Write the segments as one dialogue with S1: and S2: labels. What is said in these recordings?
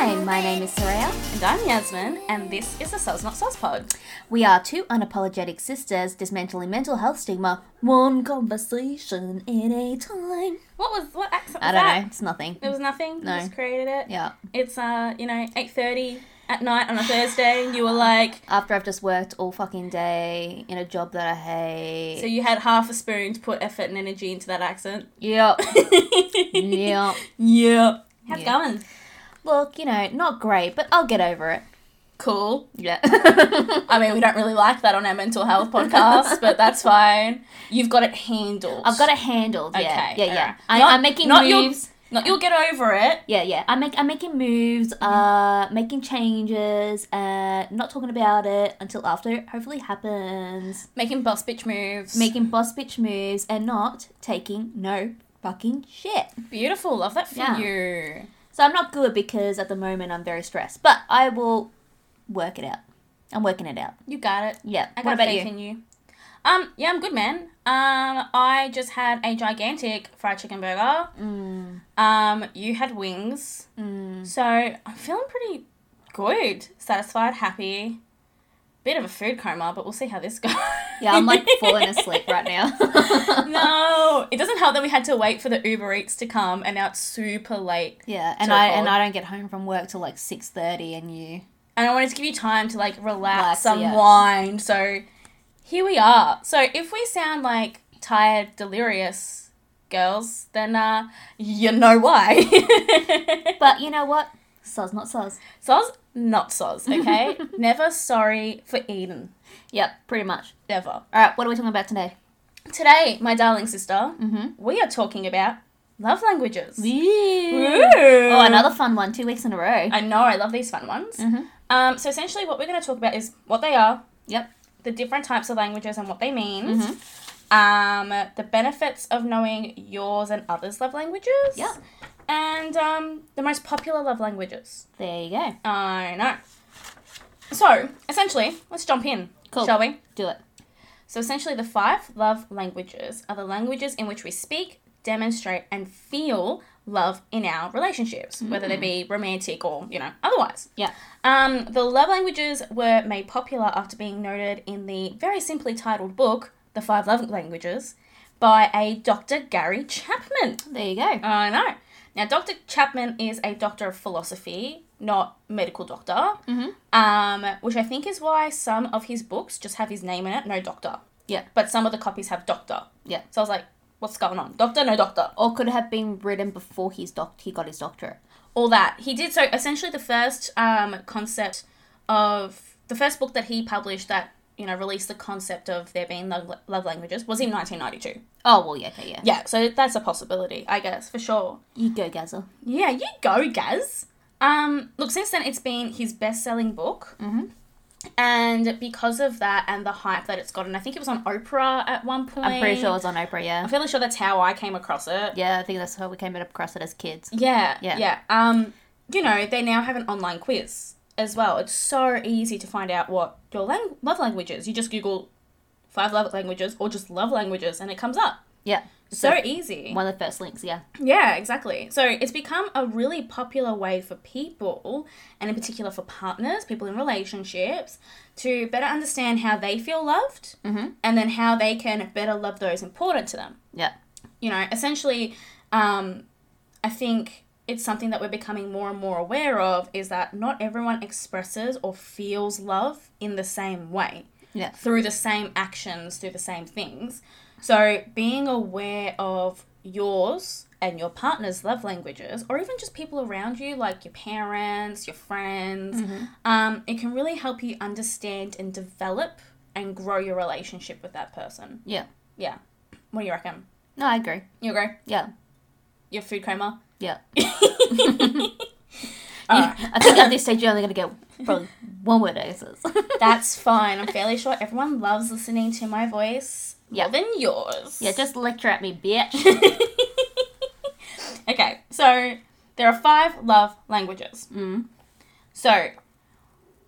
S1: name is Soraya.
S2: And I'm Yasmin, and this is the Soz Not Soz Pod.
S1: We are two unapologetic sisters dismantling mental health stigma, one conversation at a time.
S2: What was what accent? Was
S1: I don't
S2: that?
S1: know, it's nothing.
S2: There was nothing. You
S1: No.
S2: just created it.
S1: Yeah.
S2: It's uh, you know, eight thirty at night on a Thursday, and you were like,
S1: After I've just worked all fucking day in a job that I hate.
S2: so you had half a spoon to put effort and energy into that accent.
S1: yep.
S2: yep.
S1: yep.
S2: How's it
S1: Yeah.
S2: going?
S1: Look, you know, not great, but I'll get over it.
S2: Cool.
S1: Yeah.
S2: I mean, we don't really like that on our mental health podcast, but that's fine. You've got it handled.
S1: I've got it handled. Yeah.
S2: Okay,
S1: yeah, yeah.
S2: alright.
S1: I,
S2: Not-
S1: I'm making
S2: not your-
S1: moves.
S2: No, you'll get over it.
S1: Yeah, yeah. I make I'm making moves, uh making changes, uh not talking about it until after it hopefully happens.
S2: Making boss bitch moves.
S1: Making boss bitch moves and not taking no fucking shit.
S2: beautiful. Love that for
S1: Yeah.
S2: you.
S1: So I'm not good because at the moment I'm very stressed. But I will work it out. I'm working it out.
S2: You got it.
S1: Yeah.
S2: I got
S1: what about
S2: faith
S1: you?
S2: in you. Um, yeah, I'm good, man. Um, I just had a gigantic fried chicken burger.
S1: Mm,
S2: Um, you had wings,
S1: mm.
S2: so I'm feeling pretty good, satisfied, happy. Bit of a food coma, but we'll see how this goes.
S1: Yeah, I'm like falling asleep right now.
S2: no, it doesn't help that we had to wait for the Uber Eats to come, and now it's super late.
S1: Yeah, and
S2: So
S1: I and
S2: cold.
S1: I don't get home from work till like six thirty and you
S2: and I wanted to give you time to like relax,
S1: Relax, yeah.
S2: unwind. So here we are. So if we sound like tired, delirious girls, then uh, you know why.
S1: But you know what? Soz not soz.
S2: soz, not soz. Okay, never sorry for Eden.
S1: Yep, pretty much.
S2: Never.
S1: Alright, what are we talking about today?
S2: Today, my darling sister,
S1: Mm-hmm.
S2: we are talking about love languages.
S1: Ooh.
S2: Ooh.
S1: Oh, another fun one, two weeks in a row.
S2: I know. I love these fun ones.
S1: Mhm.
S2: Um, so essentially, what we're going to talk about is what they are.
S1: Yep.
S2: The different types of languages and what they mean.
S1: Mhm.
S2: Um, the benefits of knowing yours and others' love languages.
S1: Yep.
S2: And um, the most popular love languages.
S1: There you go.
S2: I know. So essentially, let's jump in,
S1: Cool.
S2: shall we?
S1: Do it.
S2: So essentially, the five love languages are the languages in which we speak, demonstrate, and feel love in our
S1: Mm-hmm.
S2: relationships, whether they be romantic or you know otherwise.
S1: Yeah.
S2: Um, the love languages were made popular after being noted in the very simply titled book, The Five Love Languages, by a Dr. Gary Chapman.
S1: There you go.
S2: I know. Now, Dr. Chapman is a doctor of philosophy, not medical doctor,
S1: Mhm.
S2: um, which I think is why some of his books just have his name in it, no doctor.
S1: Yeah.
S2: But some of the copies have doctor.
S1: Yeah.
S2: So I was like, what's going on? Doctor, no doctor.
S1: Or could have been written before his doc he got his doctorate.
S2: all that he did so essentially the first um, concept of the first book that he published that you know released the concept of there being love, love languages was in 1992
S1: Oh well yeah, okay, yeah.
S2: yeah so that's a possibility i guess for sure
S1: You go Gazza.
S2: yeah you go gaz um look since then it's been his best-selling book
S1: Mhm.
S2: and because of that and the hype that it's gotten i think it was on oprah at one point
S1: I'm pretty sure it's on Oprah, yeah.
S2: i'm fairly sure that's how i came across it
S1: Yeah, I think that's how we came across it as kids.
S2: Yeah,
S1: Yeah.
S2: yeah. Um, you know, they now have an online quiz as well. It's so easy to find out what your lang- love language is. You just Google five love languages or just love languages and it comes up.
S1: Yeah.
S2: So easy.
S1: one of the first links, yeah.
S2: Yeah, exactly. So it's become a really popular way for people, and in particular for partners, people in relationships, to better understand how they feel loved
S1: Mhm.
S2: and then how they can better love those important to them
S1: Yeah.
S2: you know, essentially, um, I think it's something that we're becoming more and more aware of is that not everyone expresses or feels love in the same way,
S1: Yeah.
S2: through the same actions, through the same things. So, being aware of yours and your partner's love languages, or even just people around you, like your parents, your friends, um, it can really help you understand and develop and grow your relationship with that person.
S1: Yeah.
S2: Yeah. What do you reckon?
S1: No, I agree.
S2: You agree?
S1: Yeah.
S2: your food coma.
S1: Yeah.
S2: Alright.
S1: I think at this stage you're only gonna get probably one word answers.
S2: That's fine. I'm fairly sure everyone loves listening to my voice
S1: Yeah.
S2: more than yours.
S1: yeah, just lecture at me, bitch.
S2: okay, so there are five love languages.
S1: Mm.
S2: So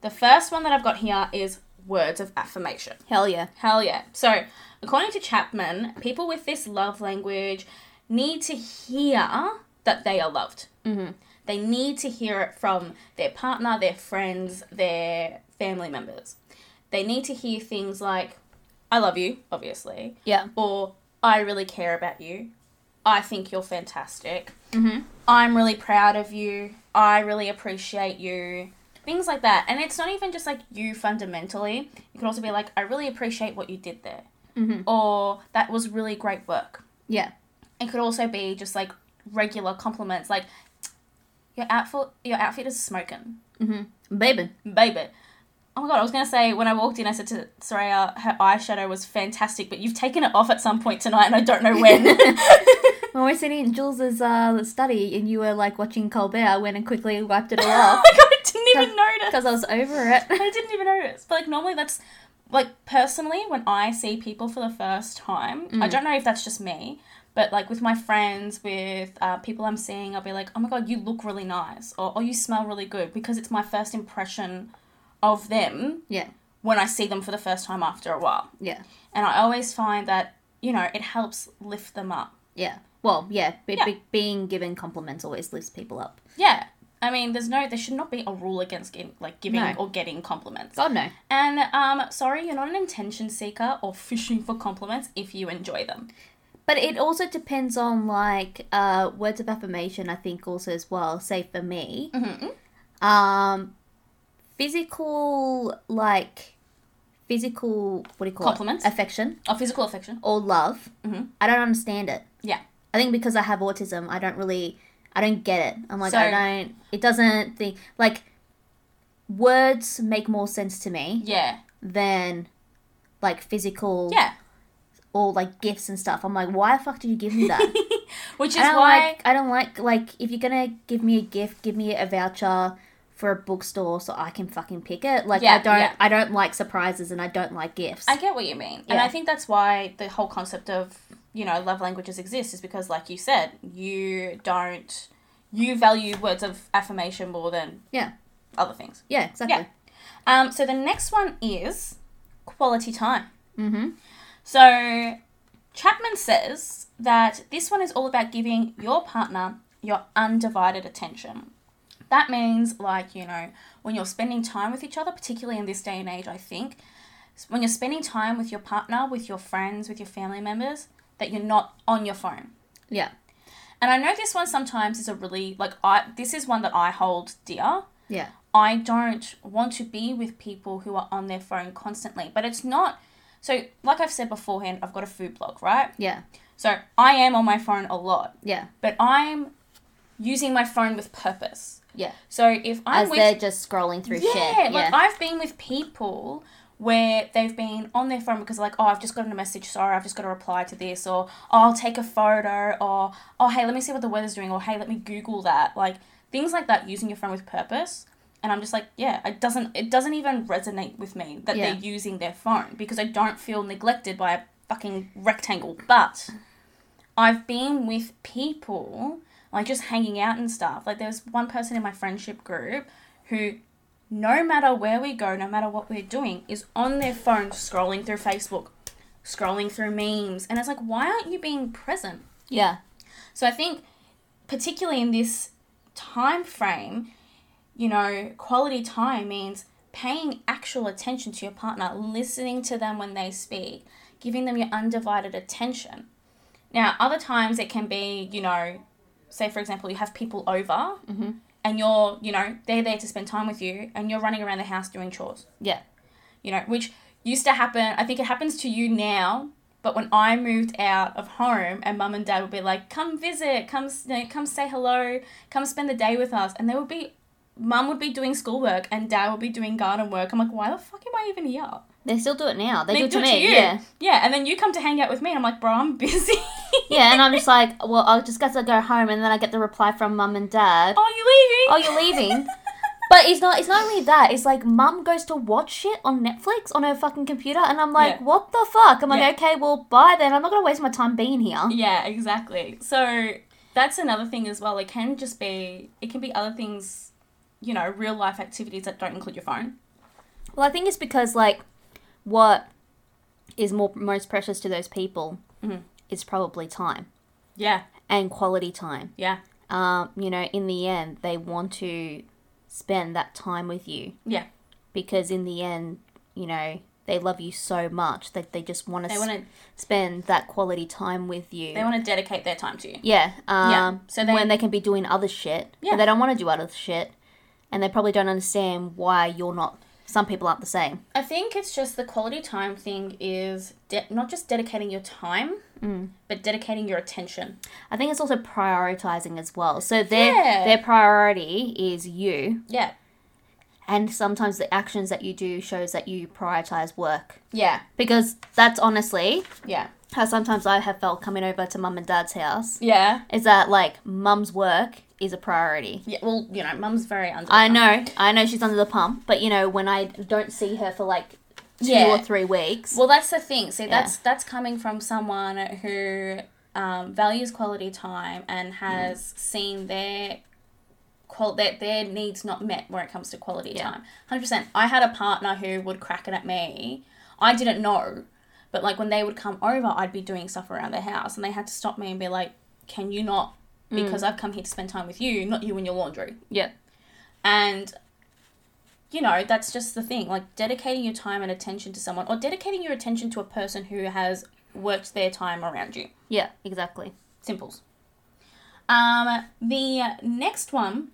S2: the first one that I've got here is words of affirmation.
S1: Hell yeah.
S2: Hell yeah. So, according to Chapman, people with this love language need to hear that they are loved.
S1: Mhm.
S2: They need to hear it from their partner, their friends, their family members. They need to hear things like, I love you, obviously,
S1: Yeah.
S2: or I really care about you. I think you're fantastic. I'm really proud of you. I really appreciate you. Things like that. And it's not even just like you fundamentally. It could also be like, I really appreciate what you did there.
S1: Mhm.
S2: Or that was really great work.
S1: Yeah.
S2: It could also be just like regular compliments like your outfit your outfit is smoking.
S1: Baby.
S2: Baby. Oh my god, I was gonna say when I walked in I said to Soraya her eyeshadow was fantastic, but you've taken it off at some point tonight and I don't know when.
S1: When we were sitting in Jules's uh, study and you were like watching Colbert, I went and quickly wiped it all
S2: oh
S1: off
S2: my god, I didn't even notice.
S1: because I was over it.
S2: I didn't even notice. But like normally that's like personally when I see people for the first time, I don't know if that's just me, but like with my friends, with uh, people I'm seeing, I'll be like, oh my god, you look really nice, or oh you smell really good, because it's my first impression of them
S1: Yeah.
S2: when I see them for the first time after a while,
S1: Yeah.
S2: and I always find that you know it helps lift them up.
S1: Yeah. Well, yeah. Be-
S2: Yeah.
S1: Be- being given compliments always lifts people up.
S2: Yeah. I mean, there's no, there should not be a rule against gi- like giving
S1: No.
S2: or getting compliments.
S1: God, no.
S2: And um, sorry, you're not an intention seeker or fishing for compliments if you enjoy them.
S1: But it also depends on like uh, words of affirmation. I think also as well. Say for me, um, physical like physical what do you call
S2: Compliments?
S1: it? affection
S2: Or physical affection.
S1: or love. Mm-hmm. I don't understand it.
S2: Yeah.
S1: I think because I have autism, I don't really, I don't get it. I'm like, I
S2: So-
S1: don't. It doesn't think like words make more sense to me
S2: Yeah.
S1: than like physical
S2: Yeah.
S1: or like gifts and stuff. I'm like, why the fuck did you give me that?
S2: Which is
S1: I don't
S2: why.
S1: like. I don't like. Like, if you're gonna give me a gift, give me a voucher for a bookstore so I can fucking pick it. Like,
S2: Yeah,
S1: I don't.
S2: yeah.
S1: I don't like surprises and I don't like gifts.
S2: I get what you mean. And
S1: Yeah.
S2: I think that's why the whole concept of, you know, love languages exists is because, like you said, you don't. You value words of affirmation more than
S1: yeah.
S2: other things.
S1: Yeah. Exactly.
S2: Yeah. Um, so the next one is quality time.
S1: Mm-hmm.
S2: So Chapman says that this one is all about giving your partner your undivided attention. That means, like, you know, when you're spending time with each other, particularly in this day and age, I think, when you're spending time with your partner, with your friends, with your family members, that you're not on your phone.
S1: Yeah.
S2: And I know this one sometimes is a really, like, I, this is one that I hold dear.
S1: Yeah.
S2: I don't want to be with people who are on their phone constantly. But it's not. So, like I've said beforehand, I've got a food blog, right?
S1: Yeah.
S2: So, I am on my phone a lot,
S1: Yeah.
S2: but I'm using my phone with purpose.
S1: Yeah.
S2: So, if I'm
S1: As
S2: with.
S1: they're just scrolling through
S2: yeah,
S1: shit.
S2: like
S1: Yeah.
S2: I've been with people where they've been on their phone because, like, oh, I've just gotten a message, sorry, I've just got to reply to this, or oh, I'll take a photo, or oh, hey, let me see what the weather's doing, or hey, let me Google that. Like, things like that, using your phone with purpose. And I'm just like, yeah, it doesn't it doesn't even resonate with me that
S1: Yeah.
S2: they're using their phone because I don't feel neglected by a fucking rectangle. But I've been with people, like just hanging out and stuff. Like there's one person in my friendship group who no matter where we go, no matter what we're doing, is on their phone scrolling through Facebook, scrolling through memes. And it's like, why aren't you being present?
S1: yeah.
S2: So I think particularly in this time frame, you know, quality time means paying actual attention to your partner, listening to them when they speak, giving them your undivided attention. Now, other times it can be, you know, say for example, you have people over and you're, you know, they're there to spend time with you and you're running around the house doing chores
S1: Yeah.
S2: you know, which used to happen. I think it happens to you now, but when I moved out of home, and mum and dad would be like, "Come visit, come, s- you know, come say hello, come spend the day with us," and they would be, mum would be doing schoolwork and dad would be doing garden work. I'm like, why the fuck am I even here?
S1: They still do it now. They, do it to
S2: it
S1: me. Yeah.
S2: yeah, and then you come to hang out with me, and I'm like, bro, I'm busy.
S1: Yeah. And I'm just like, well, I'll just get to go home, and then I get the reply from mum and dad.
S2: oh,
S1: Oh,
S2: you leaving?
S1: you're leaving. But it's not. It's not only that. It's like mum goes to watch shit on Netflix on her fucking computer, and I'm like,
S2: Yeah.
S1: what the fuck? I'm like,
S2: Yeah.
S1: okay, well, bye then. I'm not gonna waste my time being here.
S2: Yeah, exactly. So that's another thing as well. It can just be, it can be other things, you know, real life activities that don't include your phone.
S1: Well, I think it's because like, what is more most
S2: Mm-hmm.
S1: precious to those people is probably time
S2: Yeah,
S1: and quality time.
S2: yeah.
S1: um, you know, in the end, they want to spend that time with you
S2: Yeah.
S1: because in the end, you know, they love you so much that they just want
S2: They
S1: to
S2: want to
S1: spend that quality time with you.
S2: they want to dedicate their time to you.
S1: yeah. Um,
S2: Yeah, so they-
S1: when they can be doing other shit,
S2: Yeah.
S1: but they don't want to do other shit, and they probably don't understand why you're not. Some people aren't the same.
S2: I think it's just the quality time thing is de- not just dedicating your time, but dedicating your attention.
S1: I think it's also prioritizing as well. So their
S2: Yeah.
S1: their priority is you,
S2: Yeah.
S1: and sometimes the actions that you do shows that you prioritize work
S2: Yeah.
S1: because that's honestly
S2: Yeah.
S1: how sometimes I have felt coming over to mum and dad's house
S2: Yeah.
S1: is that like mum's work is a priority.
S2: Yeah. Well, you know, mum's very under.
S1: I know, I know she's under the pump, but you know when I don't see her for like two
S2: Yeah.
S1: or three weeks.
S2: Well, that's the thing. See, that's that's coming from someone who um, values quality time and has seen their qual their, their needs not met when it comes to quality
S1: Yeah.
S2: time. Hundred percent. I had a partner who would crack it at me. I didn't know, but like when they would come over, I'd be doing stuff around their house, and they had to stop me and be like, "Can you not?" Because I've come here to spend time with you, not you and your laundry.
S1: yeah,
S2: And you know, that's just the thing. Like dedicating your time and attention to someone or dedicating your attention to a person who has worked their time around you.
S1: yeah, exactly.
S2: Simples. Um, the next one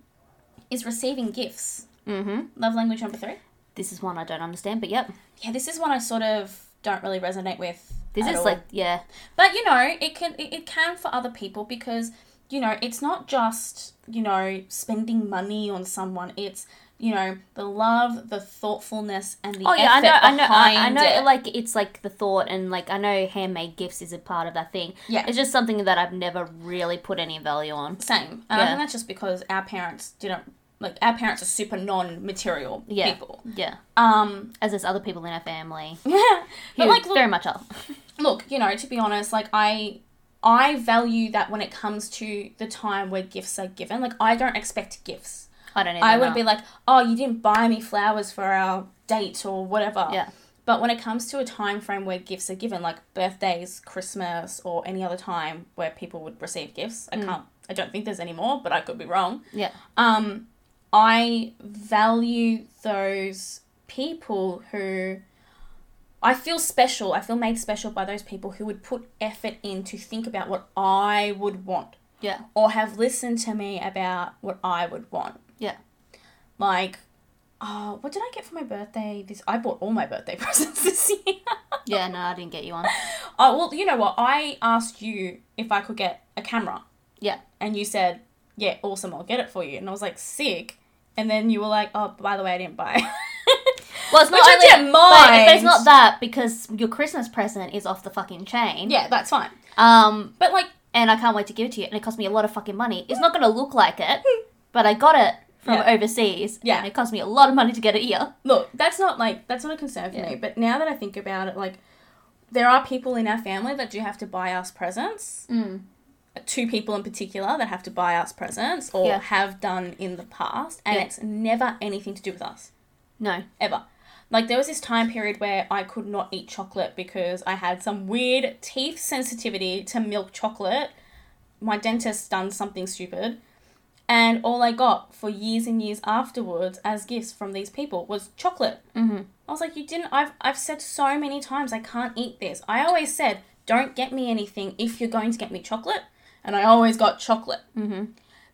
S2: is receiving gifts.
S1: Mhm.
S2: Love language number three.
S1: This is one I don't understand, but yep,
S2: Yeah, this is one I sort of don't really resonate with.
S1: this
S2: at
S1: is
S2: all.
S1: like yeah,
S2: But you know, it can it, it can for other people because you know it's not just you know spending money on someone. It's you know the love, the thoughtfulness, and the
S1: Oh yeah, I know,
S2: effort
S1: I know, I, I
S2: behind
S1: know.
S2: it.
S1: Like it's like the thought, and like I know, handmade gifts is a part of that thing.
S2: Yeah.
S1: it's just something that I've never really put any value on.
S2: Same, and I
S1: Yeah.
S2: think that's just because our parents didn't like our parents are super non-material
S1: Yeah.
S2: people.
S1: Yeah,
S2: Um,
S1: as there's other people in our family who
S2: but like look,
S1: very much are.
S2: look, you know, to be honest, like I I value that when it comes to the time where gifts are given. Like I don't expect gifts.
S1: I don't know.
S2: I would be like, oh, you didn't buy me flowers for our date or whatever.
S1: Yeah.
S2: But when it comes to a time frame where gifts are given, like birthdays, Christmas, or any other time where people would receive gifts,
S1: Mm.
S2: I can't. I don't think there's any more, but I could be wrong.
S1: yeah,
S2: Um, I value those people who I feel special. I feel made special by those people who would put effort in to think about what I would want,
S1: yeah,
S2: or have listened to me about what I would want
S1: yeah.
S2: like oh what did i get for my birthday this i bought all my birthday presents this year
S1: Yeah, no, I didn't get you on.
S2: oh well you know what i asked you if i could get a camera
S1: Yeah.
S2: and you said yeah awesome i'll get it for you and i was like sick and then you were like oh by the way i didn't buy
S1: Well, it's not
S2: Which I
S1: only,
S2: didn't
S1: but- But
S2: mind.
S1: it's not that because your Christmas present is off the fucking chain.
S2: yeah that's fine
S1: Um,
S2: but like
S1: and I can't wait to give it to you, and it cost me a lot of fucking money. It's not gonna look like it, but I got it from
S2: Yeah.
S1: overseas.
S2: Yeah.
S1: and it cost me a lot of money to get it here.
S2: look that's not like that's not a concern for
S1: Yeah.
S2: me but now that i think about it like there are people in our family that do have to buy us presents
S1: Mm.
S2: two people in particular that have to buy us presents or
S1: Yeah.
S2: have done in the past and
S1: Yeah.
S2: it's never anything to do with us
S1: No.
S2: ever. Like there was this time period where I could not eat chocolate because I had some weird teeth sensitivity to milk chocolate. My dentist done something stupid. And all I got for years and years afterwards as gifts from these people was chocolate.
S1: Mhm.
S2: I was like, you didn't. I've, I've said so many times I can't eat this. I always said, don't get me anything if you're going to get me chocolate. And I always got chocolate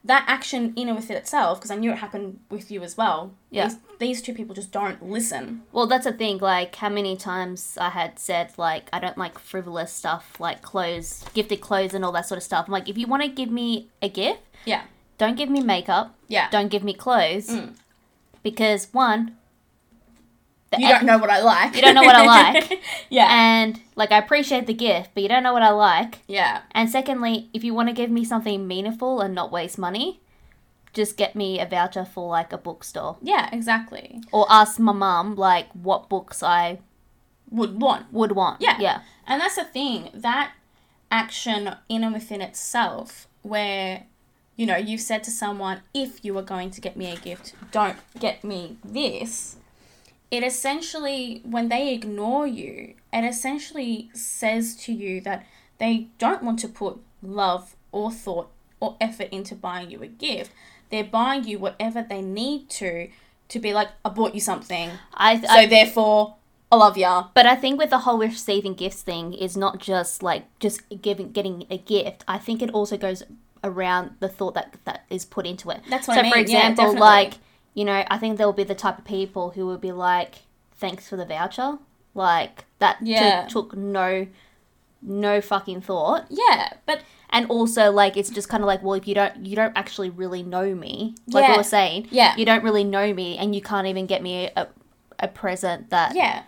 S2: that action in and with it itself, because I knew it happened with you as well.
S1: Yeah.
S2: These, these two people just don't listen.
S1: Well, that's the thing. Like, how many times I had said, like, I don't like frivolous stuff, like clothes, gifted clothes, and all that sort of stuff. I'm like, if you want to give me a gift,
S2: Yeah.
S1: don't give me makeup,
S2: Yeah.
S1: don't give me clothes,
S2: Mm.
S1: because one, the
S2: you don't know what I like.
S1: You don't know what I like.
S2: yeah.
S1: and like I appreciate the gift, but you don't know what I like.
S2: yeah.
S1: And secondly, if you want to give me something meaningful and not waste money, just get me a voucher for like a bookstore
S2: Yeah, exactly.
S1: or ask my mum like what books I
S2: Would want.
S1: would want.
S2: Yeah.
S1: yeah,
S2: And that's the thing. That action in and within itself, where, you know, you've said to someone, if you are going to get me a gift, don't get me this. It essentially, when they ignore you, it essentially says to you that they don't want to put love or thought or effort into buying you a gift. They're buying you whatever they need to to be like, I bought you something,
S1: I,
S2: so
S1: I
S2: therefore I love ya.
S1: but I think with the whole receiving gifts thing is not just like just giving getting a gift. I think it also goes around the thought that that is put into it.
S2: That's what
S1: so
S2: I mean.
S1: for
S2: Yeah,
S1: example,
S2: definitely.
S1: like you know, I think there will be the type of people who will be like, "Thanks for the voucher," like that took-
S2: Yeah.
S1: took no no fucking thought.
S2: Yeah, but
S1: and also like it's just kind of like well if you don't you don't actually really know me like we
S2: Yeah.
S1: were saying
S2: Yeah.
S1: you don't really know me and you can't even get me a, a present that
S2: yeah,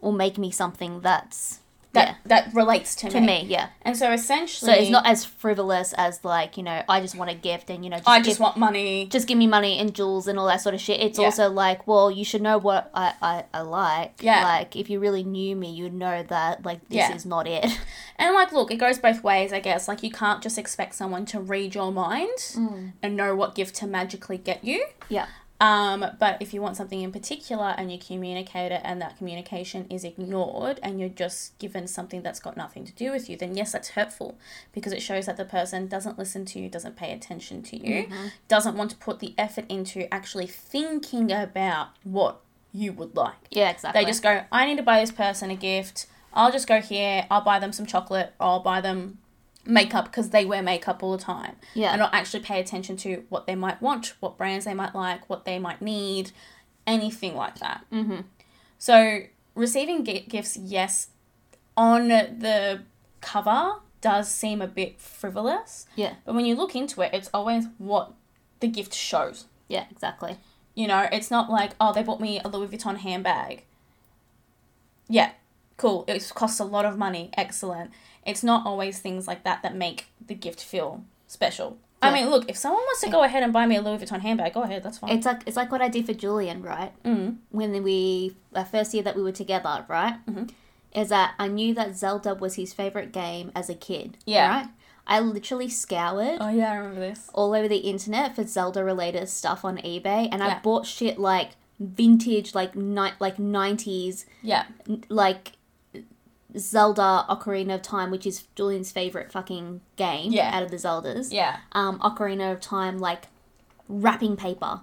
S1: will make me something that's
S2: that that relates to,
S1: yeah, to
S2: me. Mm-hmm.
S1: me yeah
S2: And so essentially,
S1: so it's not as frivolous as like you know I just want a gift and you know just
S2: I just
S1: give,
S2: want money.
S1: just give me money and jewels and all that sort of shit it's
S2: Yeah.
S1: also like well you should know what I, I I like
S2: Yeah.
S1: like if you really knew me you'd know that like this
S2: Yeah.
S1: is not it
S2: And like, look, it goes both ways, I guess. Like, you can't just expect someone to read your mind
S1: Mm.
S2: and know what gift to magically get you.
S1: yeah
S2: Um, but if you want something in particular and you communicate it and that communication is ignored and you're just given something that's got nothing to do with you, then yes, that's hurtful because it shows that the person doesn't listen to you, doesn't pay attention to you,
S1: Mm-hmm.
S2: doesn't want to put the effort into actually thinking about what you would like.
S1: yeah exactly
S2: They just go, I need to buy this person a gift. I'll just go here. I'll buy them some chocolate. Or I'll buy them makeup because they wear makeup all the time.
S1: Yeah.
S2: And not actually pay attention to what they might want, what brands they might like, what they might need, anything like that. Mm-hmm. So receiving gi- gifts, yes, on the cover does seem a bit frivolous,
S1: yeah
S2: but when you look into it, it's always what the gift shows.
S1: yeah exactly
S2: You know, it's not like, oh, they bought me a Louis Vuitton handbag. Yeah, cool. It's cost a lot of money. Excellent. It's not always things like that that make the gift feel special. I
S1: Yeah.
S2: mean, look, if someone wants to go ahead and buy me a Louis Vuitton handbag, go ahead. That's fine.
S1: It's like it's like what I did for Julian, right? Mm. When we our first year that we were together, right? Mm-hmm. Is that I knew that Zelda was his favorite game as a kid.
S2: Yeah.
S1: Right. I literally scoured
S2: oh yeah, I remember this.
S1: all over the internet for Zelda related stuff on eBay, and I
S2: Yeah.
S1: bought shit like vintage, like ni- like nineties,
S2: Yeah,
S1: like Zelda Ocarina of Time, which is Julian's favorite fucking game
S2: Yeah.
S1: out of the Zeldas
S2: yeah,
S1: um, Ocarina of Time like wrapping paper,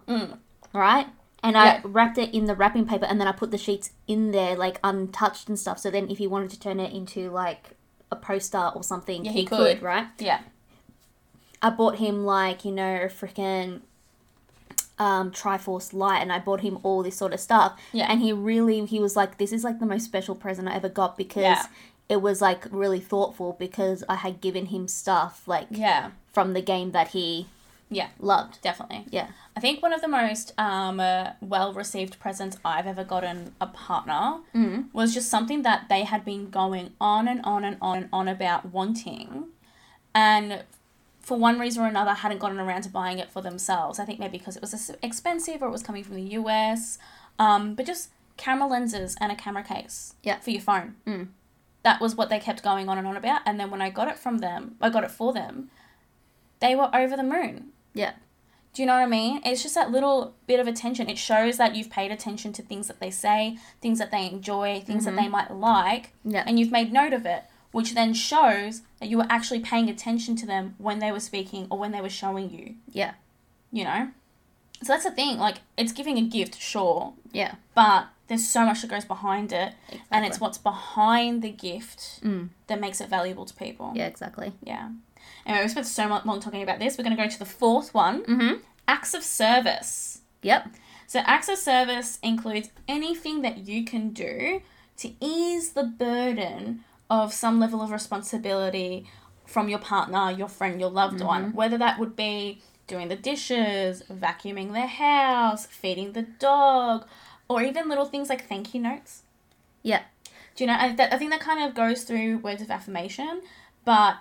S1: right? And I
S2: Mm. Yeah.
S1: wrapped it in the wrapping paper, and then I put the sheets in there like untouched and stuff. So then, if he wanted to turn it into like a poster or something,
S2: Yeah,
S1: he,
S2: he
S1: could.
S2: could.
S1: right?
S2: yeah,
S1: I bought him like you know a freaking um, Triforce light, and I bought him all this sort of stuff.
S2: Yeah.
S1: and he really he was like, this is like the most special present I ever got because.
S2: Yeah.
S1: It was like really thoughtful because I had given him stuff like
S2: yeah,
S1: from the game that he
S2: yeah.
S1: loved.
S2: Definitely.
S1: Yeah.
S2: I think one of the most um, uh, well received presents I've ever gotten a partner was just something that they had been going on and on and on and on about wanting. And for one reason or another, hadn't gotten around to buying it for themselves. I think maybe because it was ex- expensive or it was coming from the US. Um, but just camera lenses and a camera case
S1: Yeah.
S2: for your phone. That was what they kept going on and on about. And then when I got it from them, I got it for them, they were over the moon.
S1: Yeah.
S2: Do you know what I mean? It's just that little bit of attention. It shows that you've paid attention to things that they say, things that they enjoy, things that they
S1: Mm-hmm.
S2: might like,
S1: Yeah.
S2: and you've made note of it, which then shows that you were actually paying attention to them when they were speaking or when they were showing you,
S1: Yeah.
S2: you know? So that's the thing. Like, it's giving a gift, sure,
S1: Yeah.
S2: but there's so much that goes behind it, and it's
S1: Exactly.
S2: what's behind the gift that makes it valuable to people.
S1: Mm. Yeah, exactly.
S2: Yeah. Anyway, we spent so mu- long talking about this. We're going to go to the fourth one
S1: Mhm.
S2: acts of service.
S1: Yep.
S2: So, acts of service includes anything that you can do to ease the burden of some level of responsibility from your partner, your friend, your loved one, whether that would be doing the dishes, vacuuming their house, feeding the dog, or even little things like thank you notes.
S1: Yeah.
S2: Do you know? I, that, I think that kind of goes through words of affirmation, but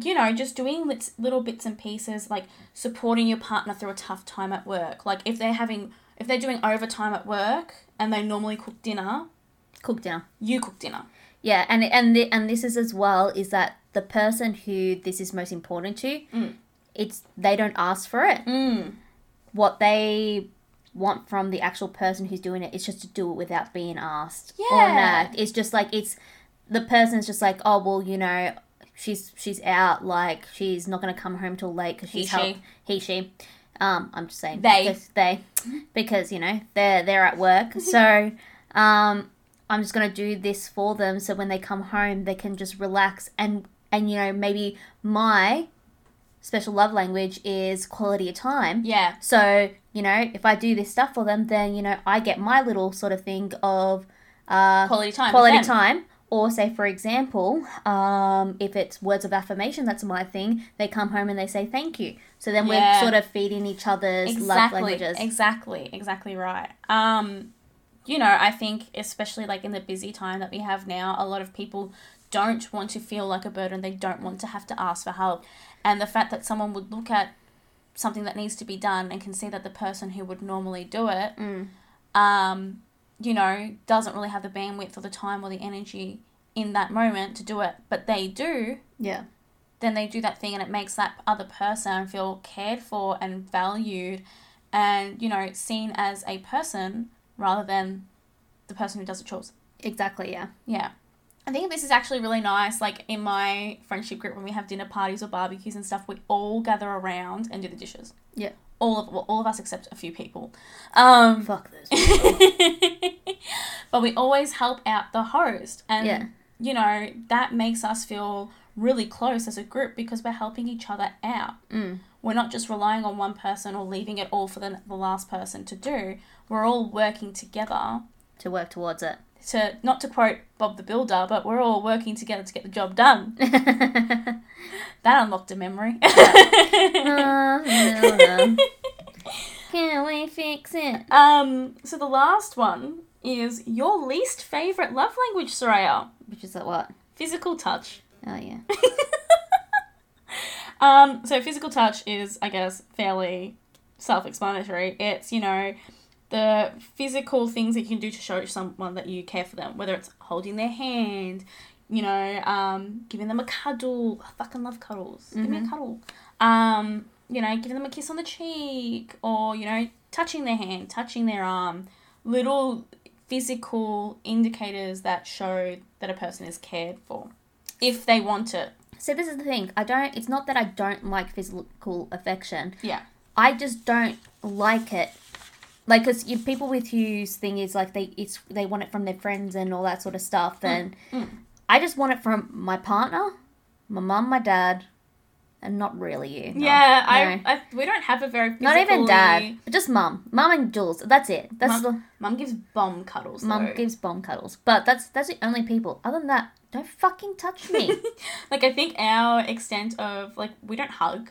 S2: you know, just doing lit- little bits and pieces like supporting your partner through a tough time at work. Like if they're having, if they're doing overtime at work and they normally cook dinner,
S1: Cook dinner.
S2: you cook dinner.
S1: Yeah, and and the, and this is as well is that the person who this is most important to, it's they don't ask for it.
S2: Mm.
S1: What they want from the actual person who's doing it is just to do it without being asked.
S2: Yeah.
S1: Or not. It's just like it's the person's just like, oh well, you know, she's she's out like she's not gonna come home till late because she's
S2: she.
S1: helped he she um i'm just saying
S2: They.
S1: because they because you know they're they're at work so um i'm just gonna do this for them so when they come home they can just relax and and you know maybe my special love language is quality of time
S2: Yeah.
S1: so, you know, if I do this stuff for them, then, you know, I get my little sort of thing of uh,
S2: Quality time. with
S1: quality
S2: them.
S1: time. Or, say, for example, um, if it's words of affirmation, that's my thing, they come home and they say thank you. So then
S2: Yeah.
S1: we're sort of feeding each other's love
S2: Exactly.
S1: languages.
S2: Exactly. Exactly right. Um, you know, I think especially like in the busy time that we have now, a lot of people don't want to feel like a burden. They don't want to have to ask for help. And the fact that someone would look at something that needs to be done and can see that the person who would normally do it,
S1: Mm.
S2: um, you know, doesn't really have the bandwidth or the time or the energy in that moment to do it, but they do
S1: Yeah.
S2: then they do that thing and it makes that other person feel cared for and valued and you know seen as a person rather than the person who does the chores
S1: Exactly, yeah.
S2: yeah i think this is actually really nice like in my friendship group when we have dinner parties or barbecues and stuff we all gather around and do the dishes
S1: Yeah.
S2: all of well, all of us except a few people um
S1: Fuck those.
S2: but we always help out the host and
S1: Yeah.
S2: you know that makes us feel really close as a group because we're helping each other out
S1: Mm.
S2: we're not just relying on one person or leaving it all for the, the last person to do we're all working together
S1: to work towards it.
S2: to not to quote bob the builder but we're all working together to get the job done that unlocked a memory
S1: Oh, no, no. Can we fix it?
S2: um so the last one is your least favorite love language soraya
S1: Which is like what?
S2: physical touch
S1: Oh, yeah.
S2: Um, so physical touch is, I guess, fairly self-explanatory. It's you know the physical things that you can do to show someone that you care for them, whether it's holding their hand, you know, um, giving them a cuddle. I fucking love cuddles. Give me a cuddle. Um, you know, giving them a kiss on the cheek, or you know, touching their hand, touching their arm, little physical indicators that show that a person is cared for, if they want it.
S1: So this is the thing. I don't. It's not that I don't like physical affection.
S2: Yeah.
S1: I just don't like it. Like, cause you, people with whose thing is like they it's they want it from their friends and all that sort of stuff.
S2: Mm,
S1: And I just want it from my partner, my mum, my dad, and not really you. no.
S2: Yeah,
S1: No.
S2: I, I we don't have a very
S1: Not even dad,
S2: physically-
S1: but just mum, mum and Jules. That's it. That's
S2: Mum, mum gives bomb cuddles.
S1: the mum
S2: though.
S1: gives bomb cuddles. But that's that's the only people. Other than that, don't fucking touch me.
S2: like I think our extent of like we don't hug,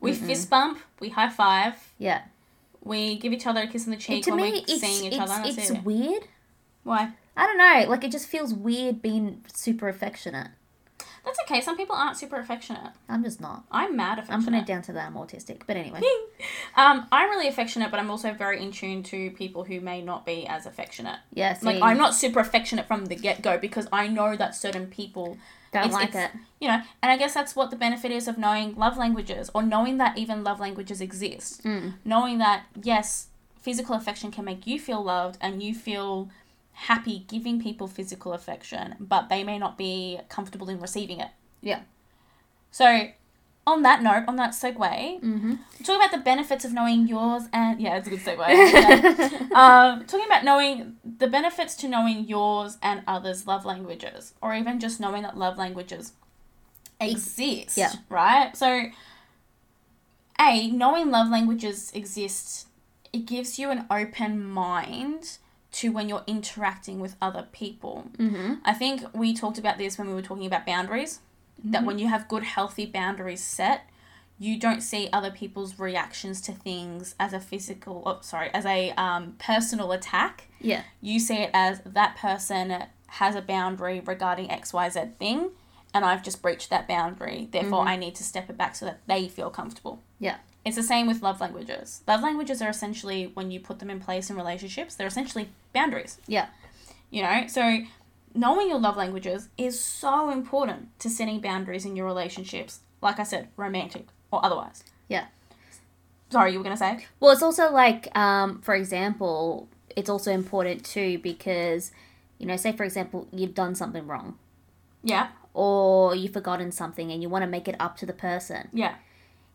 S2: we fist bump, we high five,
S1: yeah.
S2: we give each other a kiss on the cheek
S1: to
S2: when
S1: me,
S2: we're
S1: it's
S2: seeing each other.
S1: it's,
S2: That's
S1: it's
S2: it.
S1: weird.
S2: Why?
S1: I don't know. Like it just feels weird being super affectionate.
S2: That's okay. Some people aren't super affectionate.
S1: I'm just not.
S2: I'm mad
S1: I'm
S2: affectionate.
S1: gonna down to that I'm autistic. But anyway,
S2: um, I'm really affectionate, but I'm also very in tune to people who may not be as affectionate.
S1: yeah. See,
S2: Like I'm not super affectionate from the get go because I know that certain people
S1: don't
S2: it's-
S1: like
S2: it's-
S1: it.
S2: you know and i guess that's what the benefit is of knowing love languages or knowing that even love languages exist
S1: Mm.
S2: knowing that yes physical affection can make you feel loved and you feel happy giving people physical affection but they may not be comfortable in receiving it
S1: Yeah.
S2: so on that note on that segue
S1: Mm-hmm.
S2: talk about the benefits of knowing yours and yeah it's a good segue Yeah. um, talking about knowing the benefits to knowing yours and others love languages or even just knowing that love languages exist
S1: yeah.
S2: right so a knowing love languages exist it gives you an open mind to when you're interacting with other people
S1: Mm-hmm.
S2: I think we talked about this when we were talking about boundaries.
S1: Mm-hmm.
S2: That when you have good, healthy boundaries set, you don't see other people's reactions to things as a physical, oh, sorry, as a um, personal attack.
S1: Yeah.
S2: You see it as that person has a boundary regarding XYZ thing, and I've just breached that boundary. Therefore, I need to step it back so that they feel comfortable.
S1: Yeah.
S2: It's the same with love languages. Love languages are essentially, when you put them in place in relationships, they're essentially boundaries
S1: Yeah.
S2: you know so knowing your love languages is so important to setting boundaries in your relationships like i said romantic or otherwise
S1: Yeah.
S2: sorry you were gonna say
S1: Well, it's also like, um, for example, it's also important too because, you know, say for example, you've done something wrong.
S2: yeah
S1: or you've forgotten something and you want to make it up to the person.
S2: Yeah.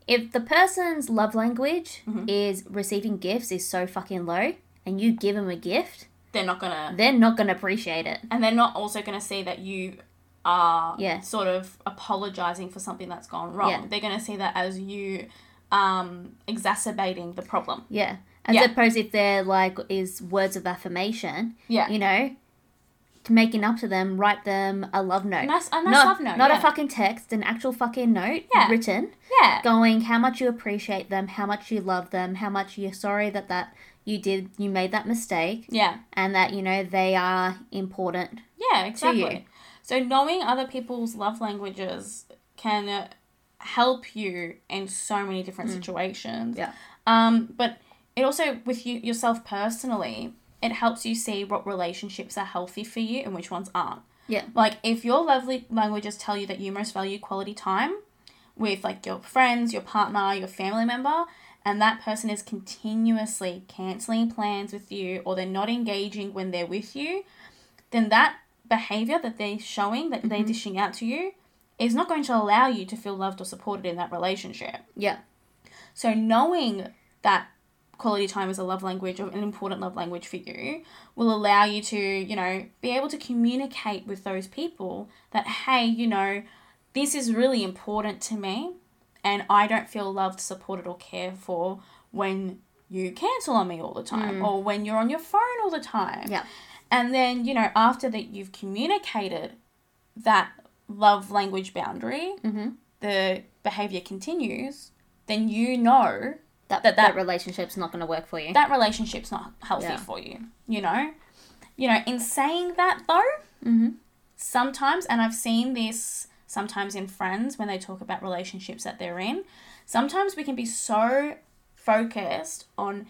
S1: If the person's love language is receiving gifts is so fucking low and you give them a gift,
S2: They're not gonna,
S1: they're not going to appreciate it.
S2: and they're not also gonna see that you are
S1: Yeah.
S2: sort of apologizing for something that's gone wrong.
S1: Yeah.
S2: They're gonna see that as you um, exacerbating the problem.
S1: Yeah. As
S2: Yeah.
S1: opposed if they're like is words of affirmation,
S2: Yeah.
S1: you know, to making up to them, write them a love note.
S2: Nice- a nice
S1: not,
S2: love note,
S1: Not
S2: yeah.
S1: a fucking text, an actual fucking note
S2: Yeah.
S1: written
S2: yeah.
S1: going how much you appreciate them, how much you love them, how much you're sorry that that you did you made that mistake
S2: Yeah.
S1: and that you know they are important.
S2: Yeah, exactly.
S1: you.
S2: So knowing other people's love languages can help you in so many different situations.
S1: Mm. Yeah.
S2: Um, but it also with you yourself personally, it helps you see what relationships are healthy for you and which ones aren't.
S1: Yeah.
S2: Like if your love li- languages tell you that you most value quality time with like your friends, your partner, your family member, and that person is continuously canceling plans with you or they're not engaging when they're with you, then that behavior that they're showing that they're dishing out to you is not going to allow you to feel loved or supported in that relationship.
S1: Yeah.
S2: So knowing that quality time is a love language or an important love language for you will allow you to, you know, be able to communicate with those people that hey, you know, this is really important to me and I don't feel loved, supported or cared for when you cancel on me all the time or when you're on your phone all the time.
S1: Yeah.
S2: And then, you know, after that you've communicated that love language boundary, the behavior continues, then you know
S1: That
S2: That-
S1: that,
S2: that-
S1: relationship's not going to work for you.
S2: that relationship's not healthy
S1: Yeah.
S2: for you. You know, you know. In saying that though, sometimes, and I've seen this sometimes in friends when they talk about relationships that they're in. Sometimes we can be so focused on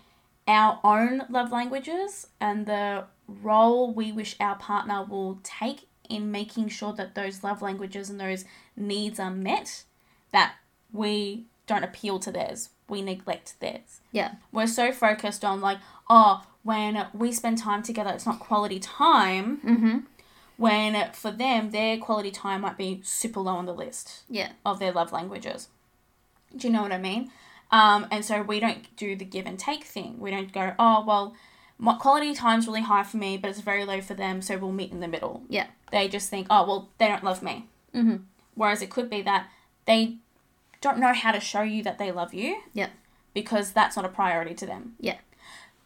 S2: our own love languages and the role we wish our partner will take in making sure that those love languages and those needs are met that we don't appeal to theirs we neglect theirs
S1: yeah.
S2: we're so focused on like oh when we spend time together it's not quality time mm-hmm. when for them their quality time might be super low on the list
S1: Yeah.
S2: of their love languages do you know what i mean um, and so we don't do the give and take thing we don't go oh well my quality time's really high for me but it's very low for them so we'll meet in the middle
S1: Yeah.
S2: they just think, oh, well, they don't love me. Mm-hmm. Whereas it could be that they don't know how to show you that they love you
S1: Yeah.
S2: because that's not a priority to them.
S1: Yeah.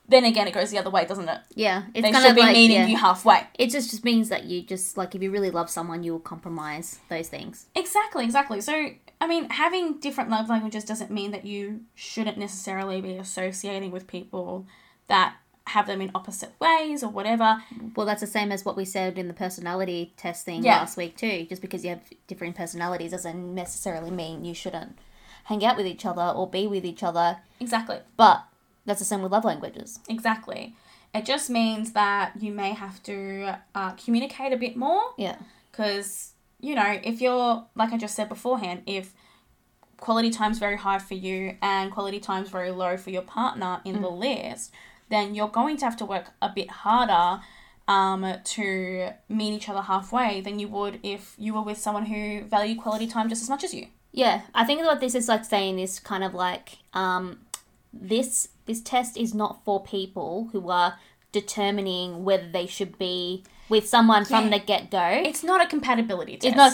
S2: Then again, it goes the other way, doesn't it?
S1: Yeah. It's
S2: They
S1: kind
S2: should
S1: of
S2: be
S1: like
S2: meeting
S1: yeah.
S2: you halfway.
S1: it just just means that you just like if you really love someone, you will compromise those things.
S2: Exactly, exactly. So, I mean, having different love languages doesn't mean that you shouldn't necessarily be associating with people that have them in opposite ways or whatever.
S1: Well, that's the same as what we said in the personality test thing
S2: Yeah.
S1: last week too. Just because you have different personalities doesn't necessarily mean you shouldn't hang out with each other or be with each other.
S2: Exactly.
S1: But that's the same with love languages.
S2: Exactly. It just means that you may have to uh, communicate a bit more
S1: Yeah.
S2: because you know if you're like i just said beforehand if quality time's very high for you and quality time's very low for your partner in the list then you're going to have to work a bit harder um, to meet each other halfway than you would if you were with someone who value quality time just as much as you
S1: Yeah, I think what this is like saying is kind of like um, this this test is not for people who are determining whether they should be with someone from
S2: Yeah.
S1: the get go.
S2: it's not a compatibility test
S1: It's not a